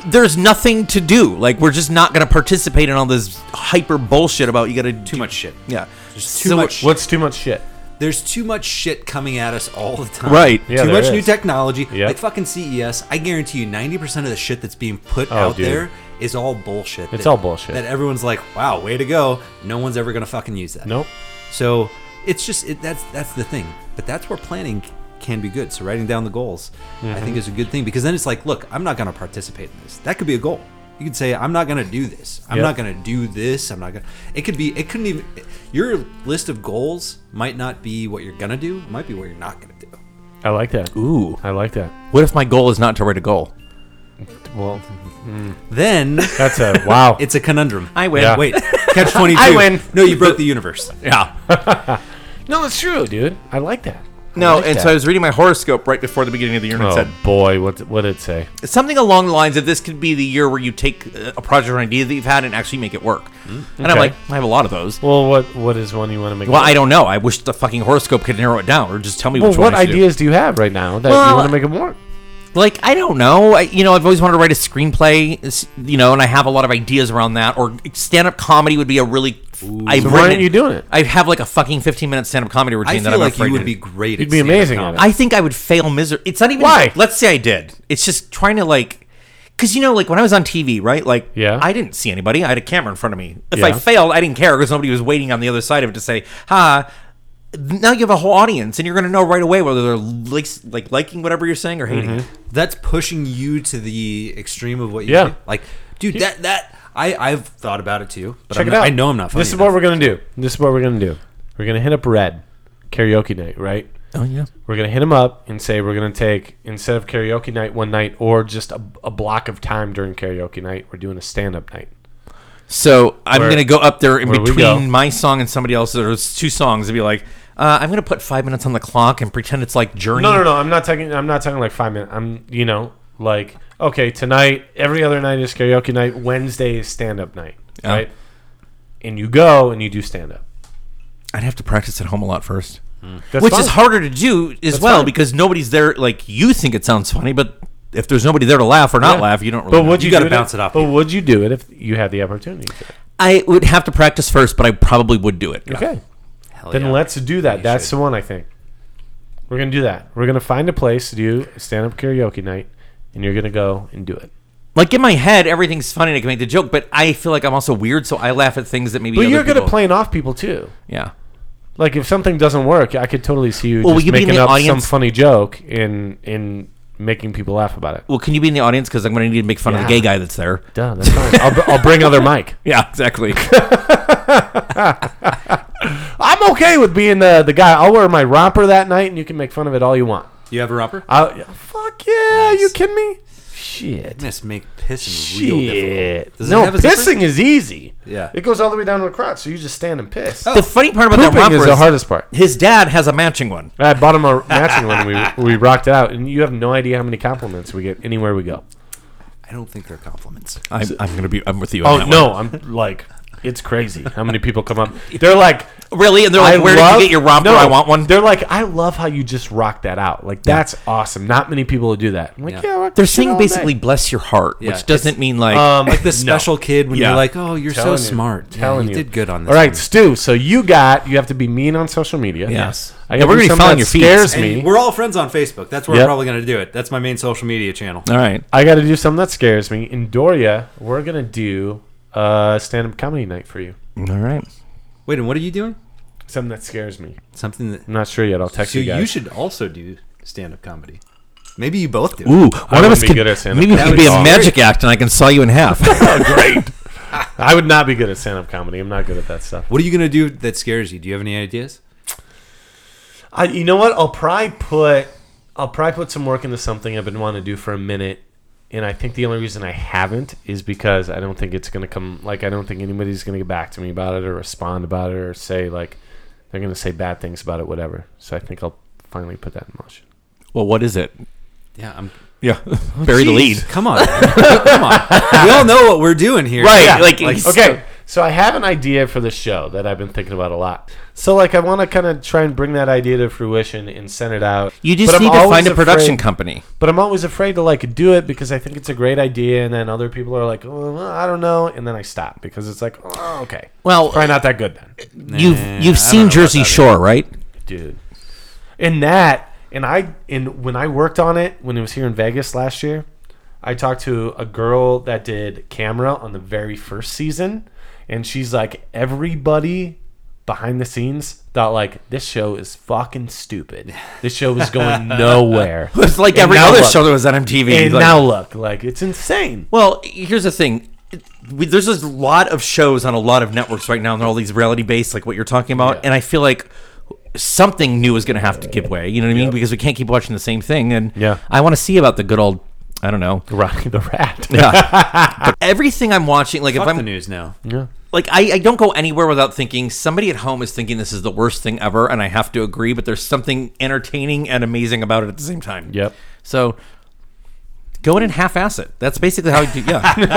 there's nothing to do. Like we're just not going to participate in all this hyper bullshit about you got to
Too much shit.
Yeah,
There's too
So
much. Shit.
What's too much shit?
There's too much shit coming at us all the time.
Right.
Too
Yeah,
there
much
is.
new technology.
Yep.
Like fucking CES. I guarantee you, 90% of the shit that's being put
Oh,
out
dude.
there is all bullshit.
It's all bullshit.
That everyone's like, "Wow, way to go." No one's ever gonna fucking use that.
Nope.
So it's just it, that's that's the thing. But that's where planning c- can be good. So writing down the goals, I think, is a good thing because then it's like, look, I'm not going to participate in this. That could be a goal. You could say, I'm not going to do this. I'm
Yep.
not going to do this. I'm not going. to... It could be. It couldn't even. Your list of goals might not be what you're going to do. It might be what you're not going to do.
I like that.
Ooh.
I like that.
What if my goal is not to write a goal?
Well,
Then
that's a wow.
it's a conundrum.
I win.
Yeah.
Wait, catch twenty two.
I win.
No, you broke the universe.
Yeah.
no, it's true, dude. I like that.
No,
like
and
that.
so I was reading my horoscope right before the beginning of the year, and it
Oh
said
boy, what what did it say?
something along the lines of this could be the year where you take uh, a project or idea that you've had and actually make it work. And I'm
Mm. Okay.
like, I have a lot of those.
Well, what what is one you want to make?
Well, I don't know. I wish the fucking horoscope could narrow it down or just tell me
Well,
which one
what
I should do.
ideas do you have right now that you
Well,
want to make them work?
Like, I don't know. I, you know, I've always wanted to write a screenplay, s- you know, and I have a lot of ideas around that. Or stand up comedy would be a really. I've
So why
written
aren't you doing it?
I have like a fucking 15 minute stand up comedy routine
I
that
feel
I'm
like
afraid
you
to
would
do.
be great.
You'd be
stand-up
amazing
comedy.
at it.
I think I would fail miser. It's not even
Why?
Let's say I did. It's just trying to like, because you know, like when I was on TV, right? Like,
Yeah.
I didn't see anybody. I had a camera in front of me. If I
Yeah.
failed, I didn't care because nobody was waiting on the other side of it to say, "Ha." Now you have a whole audience, and you're going to know right away whether they're like, like liking whatever you're saying or hating
Mm-hmm.
it.
that's pushing you to the extreme of what you
Yeah.
do. like dude that that i i've thought about it too but
Check
I'm
it
not-
out.
i know i'm not funny
This is
enough.
what we're gonna do. This is what we're gonna do. We're gonna hit up Red karaoke night, right?
Oh yeah.
We're gonna hit him up and say we're gonna take instead of karaoke night one night or just a, a block of time during karaoke night, we're doing a stand up night.
So I'm
Where-
going to go up there in
where we go.
between my song and somebody else's. There's two songs, and be like, uh, "I'm going to put five minutes on the clock and pretend it's like Journey."
No, no, no. I'm not talking. I'm not talking like five minutes. I'm you know like okay tonight. Every other night is karaoke night. Wednesday is stand up night,
Yeah.
right? And you go and you do stand up.
I'd have to practice at home a lot first. which is harder to do as
That's
well
fine.
because nobody's there. Like you think it sounds funny, but if there's nobody there to laugh or not laugh, you don't. Really
But
know.
would you,
You gotta
do
bounce
if-
it off
But
people.
would you do it if you had the opportunity? To?
I would have to practice first, but I probably would do it.
Okay.
Hell
Then
yeah.
let's do that. That's
should.
the one I think. We're gonna do that. We're gonna find a place to do stand up karaoke night, and you're gonna go and do it.
Like in my head, everything's funny and I can make the joke, but I feel like I'm also weird, so I laugh at things that maybe.
But
other
you're good at
people-
playing off people too.
Yeah.
Like if something doesn't work, I could totally see you
Well,
just
will you be in
making
the
up some
audience?
funny joke in in making people laugh about it.
Well, can you be in the audience because I'm going to need to make fun of the gay
Yeah.
guy that's there.
Duh, that's fine. I'll, br- I'll bring other mic.
Yeah, exactly.
I'm okay with being the the guy. I'll wear my romper that night, and you can make fun of it all you want.
you have a romper
I fuck yeah, you kidding me? Shit.
Miss make pissing real
Shit.
difficult. Does it
no,
have a zipper?
pissing is easy.
Yeah.
It goes all the way down to the crotch, so you just stand and piss.
the funny part about that
Oh, Pooping
romper
is the hardest part.
His dad has a matching one.
I bought him a matching one. We we rocked out, and you have no idea how many compliments we get anywhere we go.
I don't think they're compliments.
I'm, I'm going to be. I'm with you.
Oh
on that
no, I'm like, it's crazy how many people come up. They're like,
one. really? And they're like,
I
"Where
love-
did you get your romper?
No,
I want one."
They're like, I love how you just rocked that out. Like that's awesome. Not many people would do that. I'm like, yeah,
Yeah.
I rocked
They're
this shit
saying
all day."
basically "bless your heart,"
Yeah,
which doesn't mean like
Um,
Like the special kid when
Yeah.
you're like, oh, you're
Telling
so
you.
smart. Yeah,
Telling
you,
you.
did good on this.
All right,
one.
Stu. So you got you have to be mean on social media.
Yes.
I
Yeah,
got
we're gonna be
to do something
following
that
your feet.
scares
And
me.
we're all friends on Facebook. That's where
Yep.
I'm probably going to do it. That's my main social media channel.
all right.
I got to do something that scares me. In Doria, we're gonna do uh, stand up comedy night for you.
All right.
Wait, and what are you doing?
Something that scares me.
Something that.
I'm not sure yet. I'll text
So
you guys.
you should also do stand up comedy. Maybe you both do. it.
Ooh, one of
wouldn't
us
be
could
good at stand-up.
maybe we
That
could
would
be a
be awesome.
magic act, and I can saw you in half.
great. I would not be good at stand up comedy. I'm not good at that stuff.
What are you going to do that scares you? Do you have any ideas?
I, you know what? I'll probably put I'll probably put some work into something I've been wanting to do for a minute, and I think the only reason I haven't is because I don't think it's going to come. Like I don't think anybody's going to get back to me about it or respond about it or say like they're going to say bad things about it, whatever. So I think I'll finally put that in motion.
well, what is it?
Yeah, I'm.
Yeah,
Oh,
bury the
Jeez,
lead.
Come on, come on. We all know what we're doing here,
Right,
Yeah.
like,
Okay, so I have an idea for the show that I've been thinking about a lot. So like I want to kind of try and bring that idea to fruition and send it out.
You just
But I'm
need to
always
find a production
afraid-
company.
But I'm always afraid to like do it because I think it's a great idea, and then other people are like, oh, well, I don't know, and then I stop because it's like, oh, okay,
Well,
probably not that good then,
you've you've seen Jersey Shore, right?
dude. In that, and I, and when I worked on it when it was here in Vegas last year, I talked to a girl that did camera on the very first season, and she's like, everybody behind the scenes thought like this show is fucking stupid. This show is going nowhere.
It's like
And
every
now
other
look.
show that was on MTV.
And
like-
now look, like it's insane.
Well, here's the thing. We- There's a lot of shows on a lot of networks right now, and they're all these reality based, like what you're talking about. And I feel like something new is going to have to give way. You know what I mean? Because we can't keep watching the same thing. And
Yeah.
I want to see about the good old, I don't know.
Rocky the Rat.
Everything I'm watching, like
Fuck
if I'm
the news now.
like I, I don't go anywhere without thinking somebody at home is thinking this is the worst thing ever, and I have to agree. But there's something entertaining and amazing about it at the same time.
Yep.
So go in and half-ass it. That's basically how you do. Yeah.
I think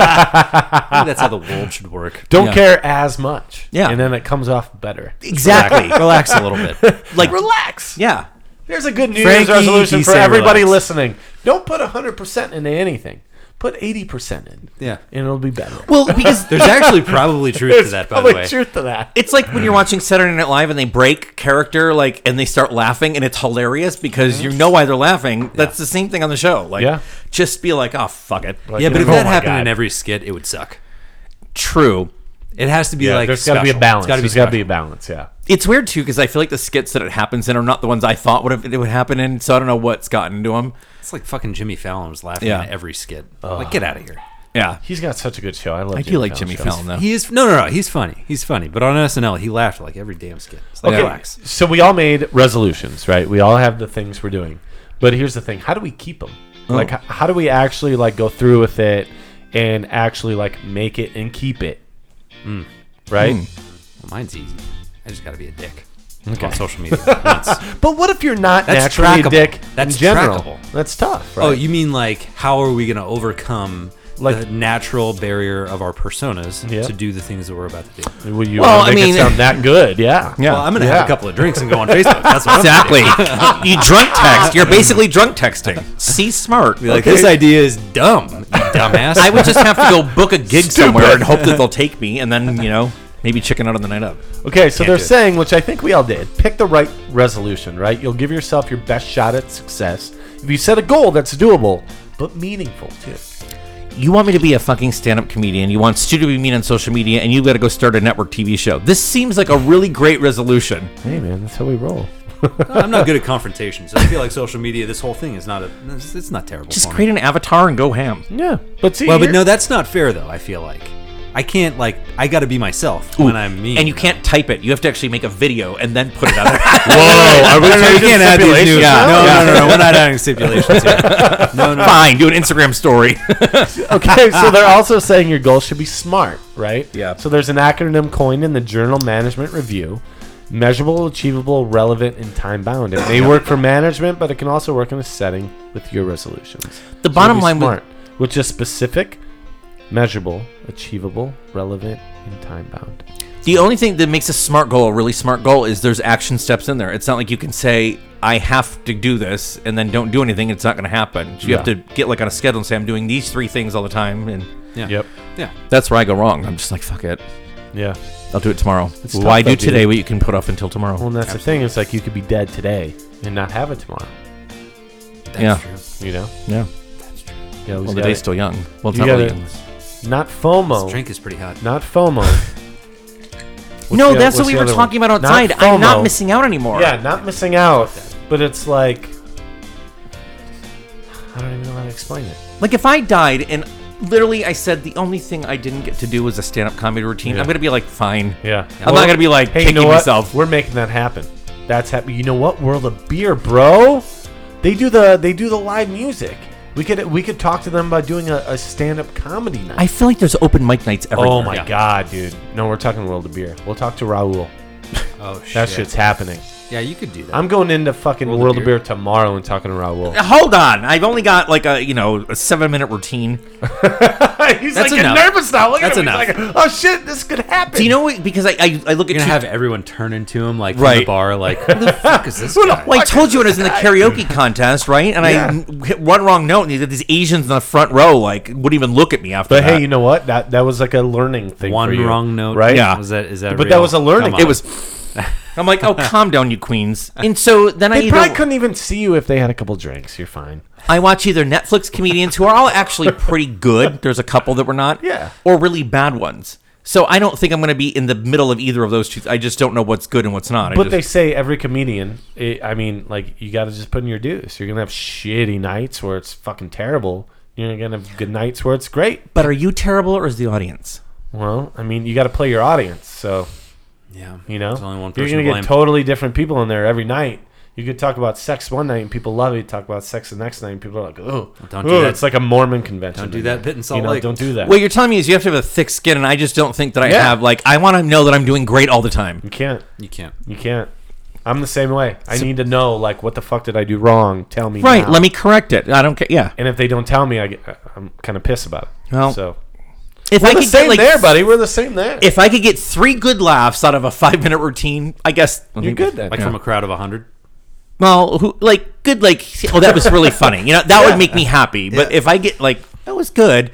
that's how the world should work.
Don't
Yeah.
care as much.
Yeah.
And then it comes off better.
Exactly. Relax a little bit. Like
Relax.
yeah.
There's a good New Year's
Frankie,
resolution
he
for
said
everybody
relax.
listening. Don't put 100% into anything. Put 80% in.
Yeah.
And it'll be better.
Well, because
There's actually probably truth to that, by the
Probably
way.
truth to that.
it's like when you're watching Saturday Night Live and they break character, like, and they start laughing, and it's hilarious because you know why they're laughing. That's the same thing on the show. Like,
Yeah.
just be like, oh fuck it.
Yeah, but if
Oh
that
my
happened
God.
in every skit, it would suck.
True.
It has to be like
There's got to be a
special.
balance.
It's gotta be
There's got to be
special.
a balance, yeah.
It's weird too because I feel like the skits that it happens in are not the ones I thought would have, it would happen in. So I don't know what's gotten into them.
It's like fucking Jimmy Fallon was laughing
Yeah.
at every skit. Like, get out of here.
Yeah,
He's got such a good show. I love
I do like Jimmy Fallon though.
He is no, no, no. He's funny. He's funny. But on SNL, he laughed like every damn skit. It's like,
Okay.
relax.
So we all made resolutions, right? We all have the things we're doing. But here's the thing: how do we keep them?
Oh.
Like, h- how do we actually like go through with it and actually like make it and keep it? Hmm. Right.
Hmm. Well, mine's easy. I just got to be a dick on social media. Once.
But what if you're not
That's
naturally a
trackable.
dick
That's
in general?
trackable.
That's tough. Right?
Oh, you mean like how are we going to overcome
Like-
the natural barrier of our personas
Yeah.
to do the things that we're about to do?
well, you
Well,
wanna
I
make
mean-
it sound that good, yeah.
Yeah.
Well, I'm going to
Yeah.
have a couple of drinks and go on Facebook. That's what I'm gonna
exactly. you drunk text. You're basically drunk texting. See smart.
do. Like this idea is dumb, you dumbass.
I would just have
Ah,
to go book a gig somewhere and hope that they'll take me, and then you know maybe chicken out on the night up.
Okay, so
Can't
they're
do it.
saying, which I think we all did, pick the right resolution, right? You'll give yourself your best shot at success if you set a goal that's doable but meaningful too.
You want me to be a fucking stand-up comedian? You want Stu to be mean on social media, and you got to go start a network TV show? This seems like a really great resolution.
Hey, man, that's how we roll.
I'm not good at confrontation, so I feel like social media. This whole thing is not a. It's, it's not terrible.
Just
for me.
create an avatar and go ham.
Yeah, but see,
Well, but
here-
no, that's not fair though. I feel like I can't like I got to be myself when I'm me.
And you can't type it. You have to actually make a video and then put it out there.
Whoa, are we
No, no, you can't add these new. No, no, no, no. We're not adding stipulations here. No, no.
Fine, do an Instagram story.
Okay, so they're also saying your goal should be SMART, right?
Yeah.
So there's an acronym coined in the Journal Management Review. Measurable, achievable, relevant, and time bound. It may work for management, but it can also work in a setting with your resolutions.
The bottom
be
line was-
SMART, which is specific, measurable, achievable, relevant, and time bound.
the only thing that makes a smart goal a really smart goal is there's action steps in there. It's not like you can say, I have to do this and then don't do anything. It's not going to happen. So you have to
Yeah.
get like on a schedule and say, I'm doing these three things all the time. And
Yeah.
Yep.
Yeah.
that's where I go wrong. I'm just like, fuck it.
Yeah.
I'll do it tomorrow.
tough,
Why
though,
do
dude.
today what you can put off until
Well,
tomorrow?
and that's the thing. It's like you could be dead today and not have it tomorrow.
That's
Yeah.
true.
You know.
Yeah.
You always
Well, the
gotta-
day's still young. Well, it's
You
not really
gotta-
young.
not
This
FOMO.
drink is pretty hot.
Not FOMO.
No,
the-
that's
what's
what we
the
were
other
talking
one?
about
Not
outside. I'm
FOMO.
not missing out anymore.
Yeah, not missing out. But it's like I don't even know how to explain it.
Like if I died and literally I said the only thing I didn't get to do was a stand-up comedy routine,
Yeah.
I'm gonna be like, fine.
Yeah.
I'm not gonna be like
hey, you
kicking
know what?
myself.
We're making that happen. That's happy. You know what? World of Beer, bro. They do the they do the live music. We could we could talk to them about doing a, a stand up comedy night.
I feel like there's open mic nights everywhere.
oh my god, dude. No, we're talking World of Beer. We'll talk to Raul.
Oh shit.
That shit's happening.
Yeah, you could do that.
I'm going into fucking World, of Beer. tomorrow and talking to Raul.
Hold on, I've only got like a you know a seven minute routine.
He's
That's
like, "You're
enough.
nervous now. Look
That's
at him.
enough.
He's like, oh shit, this could happen.
Do you know what? Because I I, I look at two-
You're gonna have everyone turn into him like from
Right.
the bar, like who the fuck is this
the
guy?
Well, I told you when I was in the karaoke contest, right? And
Yeah.
I hit one wrong note, and these- these Asians in the front row like wouldn't even look at me after
But
that.
hey, you know what? That that was like a learning thing.
One
for you,
wrong note,
right?
Yeah.
Was that is that?
But
real?
that was a learning.
Come on.
it was. I'm like, oh, calm down, you queens. And so then I
They
either-
probably couldn't even see you if they had a couple drinks. You're fine.
I watch either Netflix comedians who are all actually pretty good. There's a couple that were not.
Yeah.
Or really bad ones. So I don't think I'm going to be in the middle of either of those two. I just don't know what's good and what's not. I
But
just-
they say every comedian. It, I mean, like you got to just put in your dues. You're gonna have shitty nights where it's fucking terrible. You're gonna have good nights where it's great.
but are you terrible or is the audience?
Well, I mean, you got to play your audience. So
yeah.
you know,
There's only one
you're
person to
gonna get
blame.
totally different people in there every night. You could talk about sex one night and people love it. Talk about sex the next night and people are like, "Oh,
Don't do
oh,
that.
It's like a Mormon convention.
Don't do
in
that
there.
bit in Salt
you know,
Lake.
Don't do that.
What you're telling me is you have to have a thick skin, and I just don't think that I
Yeah.
have. Like, I want to know that I'm doing great all the time.
you can't.
You can't.
You can't. I'm the same way. I need to know, like, what the fuck did I do wrong? Tell me.
Right.
now.
Let me correct it. I don't care. Yeah.
And if they don't tell me, I get, I'm kind of pissed about it.
Well,
so
If
we're
I
the
could get
same
like,
there, buddy. We're the same there.
If I could get three good laughs out of a five minute routine, I guess
You're good then.
Like from a crowd of hundred.
Well, who like good like oh that was really funny. You know that would make me happy. But if I get like that was good,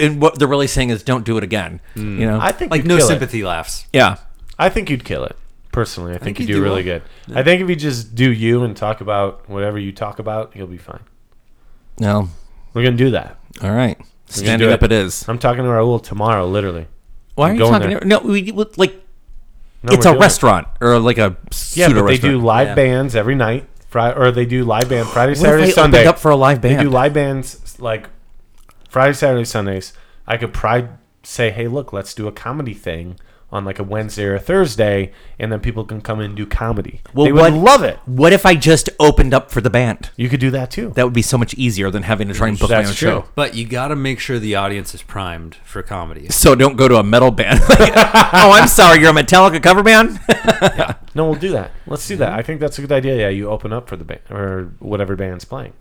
and what they're really saying is don't do it again. You know,
Hmm. I think
Like
you'd
no
kill it.
sympathy laughs.
yeah.
I think you'd kill it. Personally, I think,
think
you
you'd
do
do
really
well.
good. I think if you just do you and talk about whatever you talk about, you'll be fine.
No,
We're gonna do that.
all right.
gonna
Standing
do
up,
it.
it is.
I'm talking to Raul tomorrow, literally.
Why are you
going
talking?
there.
to- No, we we- like
No, we're
it's a
doing it.
restaurant or like a pseudo
Yeah, but they do
restaurant.
live
Yeah.
bands every night. Friday, or they do live band Friday,
What if
Saturday,
they
Sunday.
opened up for a live
They do
band?
live bands like Friday, Saturday, Sundays. I could probably say, hey, look, let's do a comedy thing on like a Wednesday or a Thursday, and then people can come in and do comedy.
Well,
they would
what-
love it.
What if I just opened up for the band?
You could do that too.
That would be so much easier than having to try and book my
That's
own
true.
show.
But you gotta make sure the audience is primed for comedy.
So don't go to a metal band. oh, I'm sorry, you're a Metallica cover band.
no, we'll do that. Let's do that. I think that's a good idea. Yeah, you open up for the band or whatever band's playing.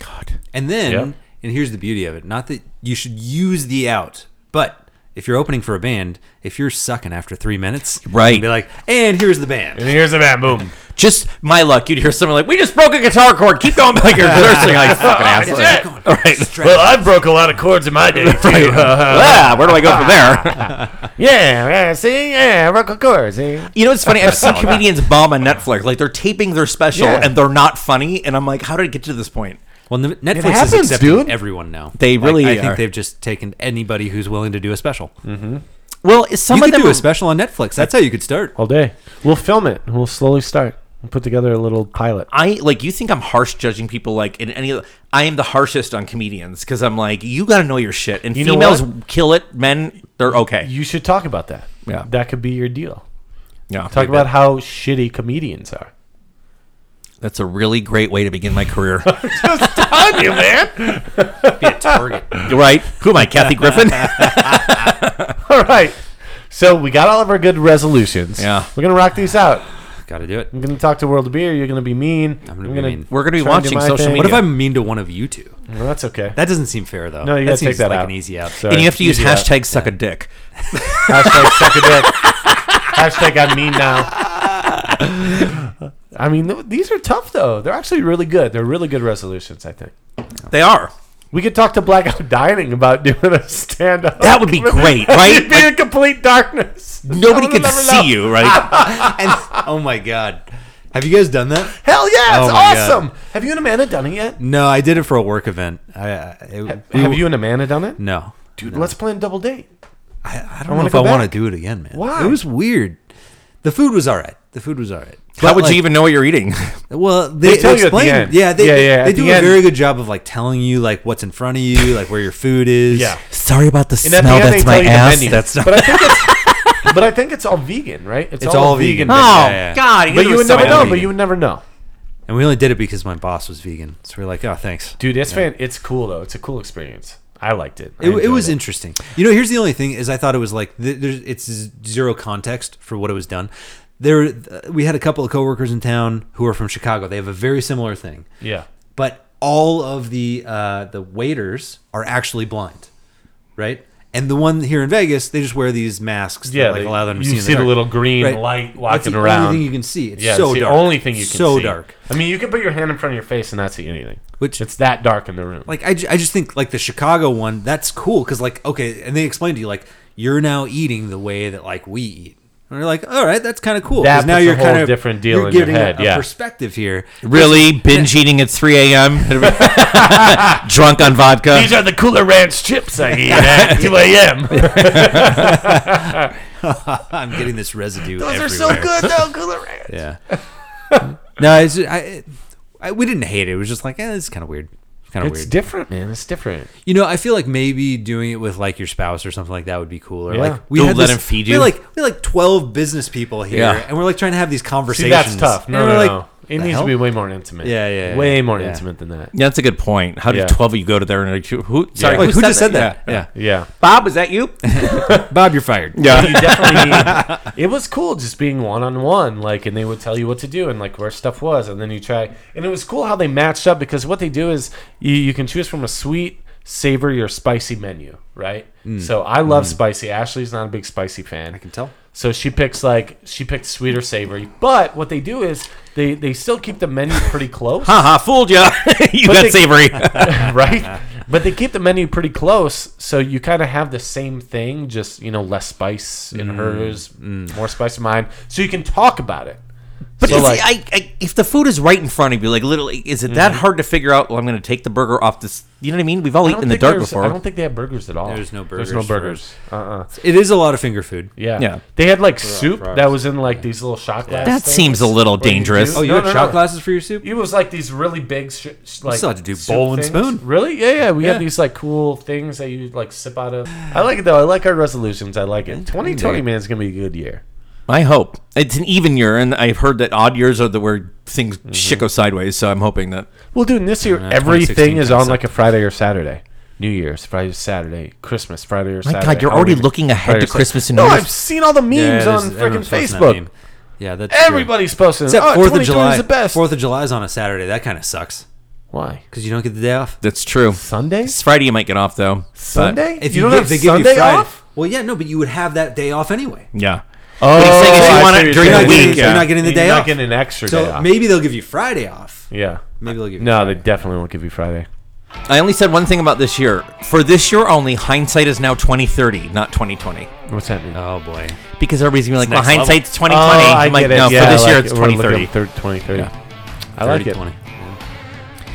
God.
And then,
Yeah.
and here's the beauty of it: not that you should use the out, but if you're opening for a band, if you're sucking after three minutes,
Right.
Be like, and here's the band.
And here's the band. Boom.
just my luck, you'd hear someone like, "We just broke a guitar chord. Keep going back here." Nursing like fucking asshole. All right.
Well, I broke a lot of chords in my day. Too.
Ah, where do I go from there?
yeah, yeah, see, yeah, broke a chord. See,
You know, it's funny. I've seen comedians bomb on Netflix. Like they're taping their special
Yeah.
and they're not funny. And I'm like, how did it get to this point?
Well, the- Netflix
happens,
is accepting
dude.
everyone now.
They
Like,
really
I think
are.
they've just taken anybody who's willing to do a special.
Mm-hmm.
Well, is some
You
of
could
them
do a special on Netflix. That's how you could start.
all day. We'll film it. We'll slowly start. We'll put together a little pilot.
I like you think I'm harsh judging people like in any. of- I am the harshest on comedians because I'm like you got to know your shit and
You know
females
what?
kill it. Men they're okay.
You should talk about that.
Yeah.
that could be your deal.
Yeah,
Talk about how shitty comedians are.
that's a really great way to begin my career.
you man.
Target.
right? Who am I, Kathy Griffin?
all right. So we got all of our good resolutions.
Yeah.
we're gonna rock these out.
Got to do it.
I'm gonna talk to World of Beer. You're gonna be mean. I'm
gonna be mean.
We're gonna be
try and do
watching
my
social
thing.
media.
What if I'm mean to one of you two?
Well, that's okay.
That doesn't seem fair, though.
no, you
that
gotta take
seems
that
like
out.
an easy out.
Sorry.
and you have to use
Easy out.
hashtag suck a dick.
Hashtag suck a dick. Hashtag I'm mean now. I mean, th- these are tough though. They're actually really good. They're really good resolutions. I think
They are.
we could talk to Blackout Dining about doing a stand up.
That would be great,
You'd
right?
be in complete darkness.
Nobody
Someone
could
will never know.
see you, right?
and, oh my god, have you guys done that?
Hell yeah,
Oh
it's
my God.
awesome. Have you and Amanda done it yet?
No, I did it for a work event. I, I it- we
Have
were-
you and Amanda done it?
No,
Dude, let's plan double date.
I don't
wanna
know if
go
I want
back.
to do it again, man.
Why?
It was weird. The food was all right. The food was all right.
How would
like,
you even know what you're eating?
Well, they,
They tell you at the
explain.
end.
Yeah, they,
Yeah, yeah,
they
at
do
the
a
end.
very good job of like telling you like what's in front of you, like where your food is.
Yeah.
Sorry about the
And at the end, they tell you the menu. but I think it's, but I think it's all vegan, right?
It's all vegan.
based.
oh
Yeah, yeah, yeah.
God!
But you would never
so
know. But
vegan.
you would never know.
And we only did it because my boss was vegan, so we are like, oh, thanks.
Dude, it's fan. It's cool though. It's a cool experience. I liked it. I
It, it
enjoyed
was interesting. You know, here's the only thing is I thought it was like th- there's, it's z- zero context for what it was done. there uh, we had a couple of coworkers in town who are from Chicago. They have a very similar thing.
Yeah.
But all of the uh, the waiters are actually blind, right? And the one here in Vegas, they just wear these masks.
Yeah,
that, like
they-
allow them to
you
see. in
see the
dark.
little green light
That's
walking
the
around.
Only thing you can see. It's
Yeah,
so
it's the
dark.
only thing you can
so
see.
dark.
I mean, you can put your hand in front of your face and not see anything.
Which-
it's that dark in the room.
like I, ju- I just think like the chicago one that's cool because like okay and they explain to you like you're now eating the way that like we eat and you're like all right that's kind of cool 'cause
That
now
puts a
you're
whole
kind of
different deal
you're
in your
getting a-
head,
a
yeah.
perspective here
Really? Binge eating at 3 a.m.? Drunk on vodka?
These are the Cooler Ranch chips I eat at 2 a.m.
i'm getting this residue those
though, Cooler Ranch.
yeah no it's I, I we didn't hate it it was just like eh, it's kind of weird kind of
It's
weird
different, man. It's different.
You know, I feel like maybe doing it with like your spouse or something like that would be cooler.
Yeah.
Like we
Don't
had
let
this-
him feed
We're
you.
like we're like twelve business people here,
Yeah.
and we're like trying to have these conversations.
See, that's tough. No,
And
no,
we're like,
no. It
"The
needs
hell?"
to be way more intimate.
Yeah, yeah, yeah.
Way more
Yeah.
intimate than that.
Yeah, that's a good point. How did
Yeah.
12 of you go to there and like, who? Sorry,
Like, who just said that? Yeah.
Yeah.
Bob, is that you?
Bob, you're fired.
you definitely it was cool just being one on one like and they would tell you what to do and like where stuff was and then you try and it was cool how they matched up because what they do is you, you can choose from a sweet savory or spicy menu right so i love spicy ashley's not a big spicy fan i
Mm. can tell.
so she picks like she picked sweet or savory but what they do is they they still keep the menu pretty close
Haha, fooled ya. you
But
got
they-
savory.
right? But they keep the menu pretty close, so you kind of have the same thing, just you know, less spice in
Mm.
hers, more spice in mine, so you can talk about it.
But
So,
is
like- Mm-hmm.
it- I, I, if the food is right in front of you, like literally, is it that hard to figure out? Well, I'm going to take the burger off this. You know what I mean? We've all
I
eaten
don't
in the
think
dark
there's-
before.
I don't think they have burgers at all.
There's no
There's no burgers.
burgers
Uh uh
It is a lot of finger food.
Yeah.
Yeah.
They had like soup that was in like these little shot glasses.
That seems a little dangerous.
Oh, you
No,
had
no,
shot
no.
glasses for your soup?
It was like these really big, sh- sh- like
still had to do
soup
bowl and
things.
spoon.
Really? Yeah, yeah. We
Yeah.
had these like cool things that you like sip out of. I like it though. I like our resolutions. I like it. Twenty twenty man is gonna be a good year.
I hope it's an even year, and I've heard that odd years are the where things shit go sideways. So I'm hoping that
Well, dude, and this year
know, 2016
everything is on
concept.
like a Friday or Saturday. New Year's, Friday, Saturday, Christmas, Friday or
My
Saturday.
God, you're already
Halloween,
looking ahead
Friday
to
or Sat-
Christmas and
no,
New Year's.
I've seen all the memes on freaking Facebook.
Yeah, that's
Everybody's posting.
Except
oh,
Fourth of
2020
July.
is the best.
Fourth of July is on a Saturday. That kind of sucks
Why?
because you don't get the day off.
that's true.
Sunday?
It's Friday, you might get off though. but-
Sunday?
If you,
you, don't
get-
have
they give
Sunday
you Friday.
off?
Well, yeah, no, but you would have that day off anyway.
yeah. Oh, but he's saying
I
if
see
you want
what
it
you're
during
You're
the
not getting,
week,
you're
yeah.
not getting the
You're
day
not
off.
getting an extra day
so
off.
maybe they'll give you Friday off.
yeah.
Maybe they'll give you.
No, they definitely won't give you Friday.
I only said one thing about this year. For this year only, hindsight is now 2030, not 2020.
What's that mean?
Oh boy.
Because everybody's gonna be like, well,
next level.
hindsight's 2020.
Oh, Uh, I
I'm like,
get it.
no,
Yeah,
for this
like,
year it's
we're looking
2030.
up thir- 2030.
Yeah.
I like
30,
it.
20.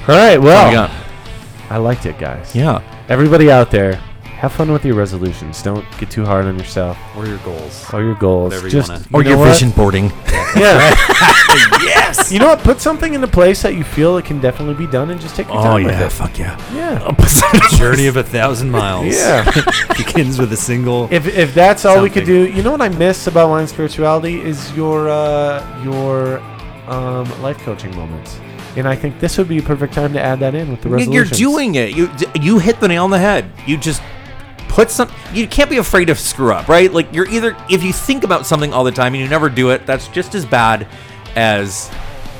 All right, well,
Yeah.
I liked it, guys.
yeah.
Everybody out there, have fun with your resolutions. Don't get too hard on yourself
What are your goals?
or your goals.
Whatever you
Just
wanna-
Or
you know
your
what?
vision boarding.
Yeah. yes. You know what? Put something into place that you feel it can definitely be done, and just take your
oh
time
yeah,
with it.
fuck yeah.
Yeah.
Journey of a thousand miles.
Yeah.
Begins with a single.
if, if that's all we could do,
Something.
you know what I miss about wine spirituality is your uh, your um, life coaching moments, and I think this would be a perfect time to add that in with the resolutions.
You're doing it. You you hit the nail on the head. You just put some. You can't be afraid to screw up, right? Like you're either if you think about something all the time and you never do it, that's just as bad as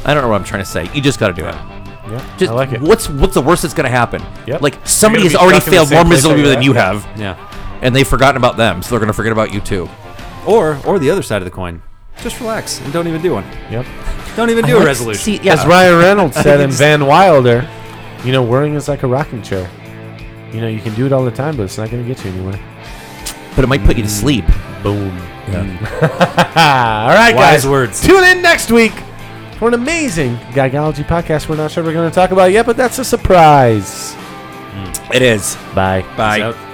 I don't know what I'm trying to say. You just got to do it.
Yeah,
Just,
I like it.
What's what's the worst that's gonna happen?
Yep.
Like somebody
You're
has
gonna be
already
stuck in the
failed
same
more
place
miserably
that
than you
you're
have,
Yeah.
and they've forgotten about them, so they're gonna forget about you too.
Or or the other side of the coin. Just relax and don't even do one.
Yep.
Don't even do a resolution.
See,
As
yeah,
Ryan Reynolds said in Van Wilder, you know, worrying is like a rocking chair. You know, you can do it all the time, but it's not going to get you anywhere.
but it might put you to sleep.
Mm. Boom. Mm. all right,
Wise
guys.
words.
Tune in next week for an amazing Gygology podcast. We're not sure we're going to talk about it yet, but that's a surprise.
It is.
Mm. Bye.
Bye.
Out.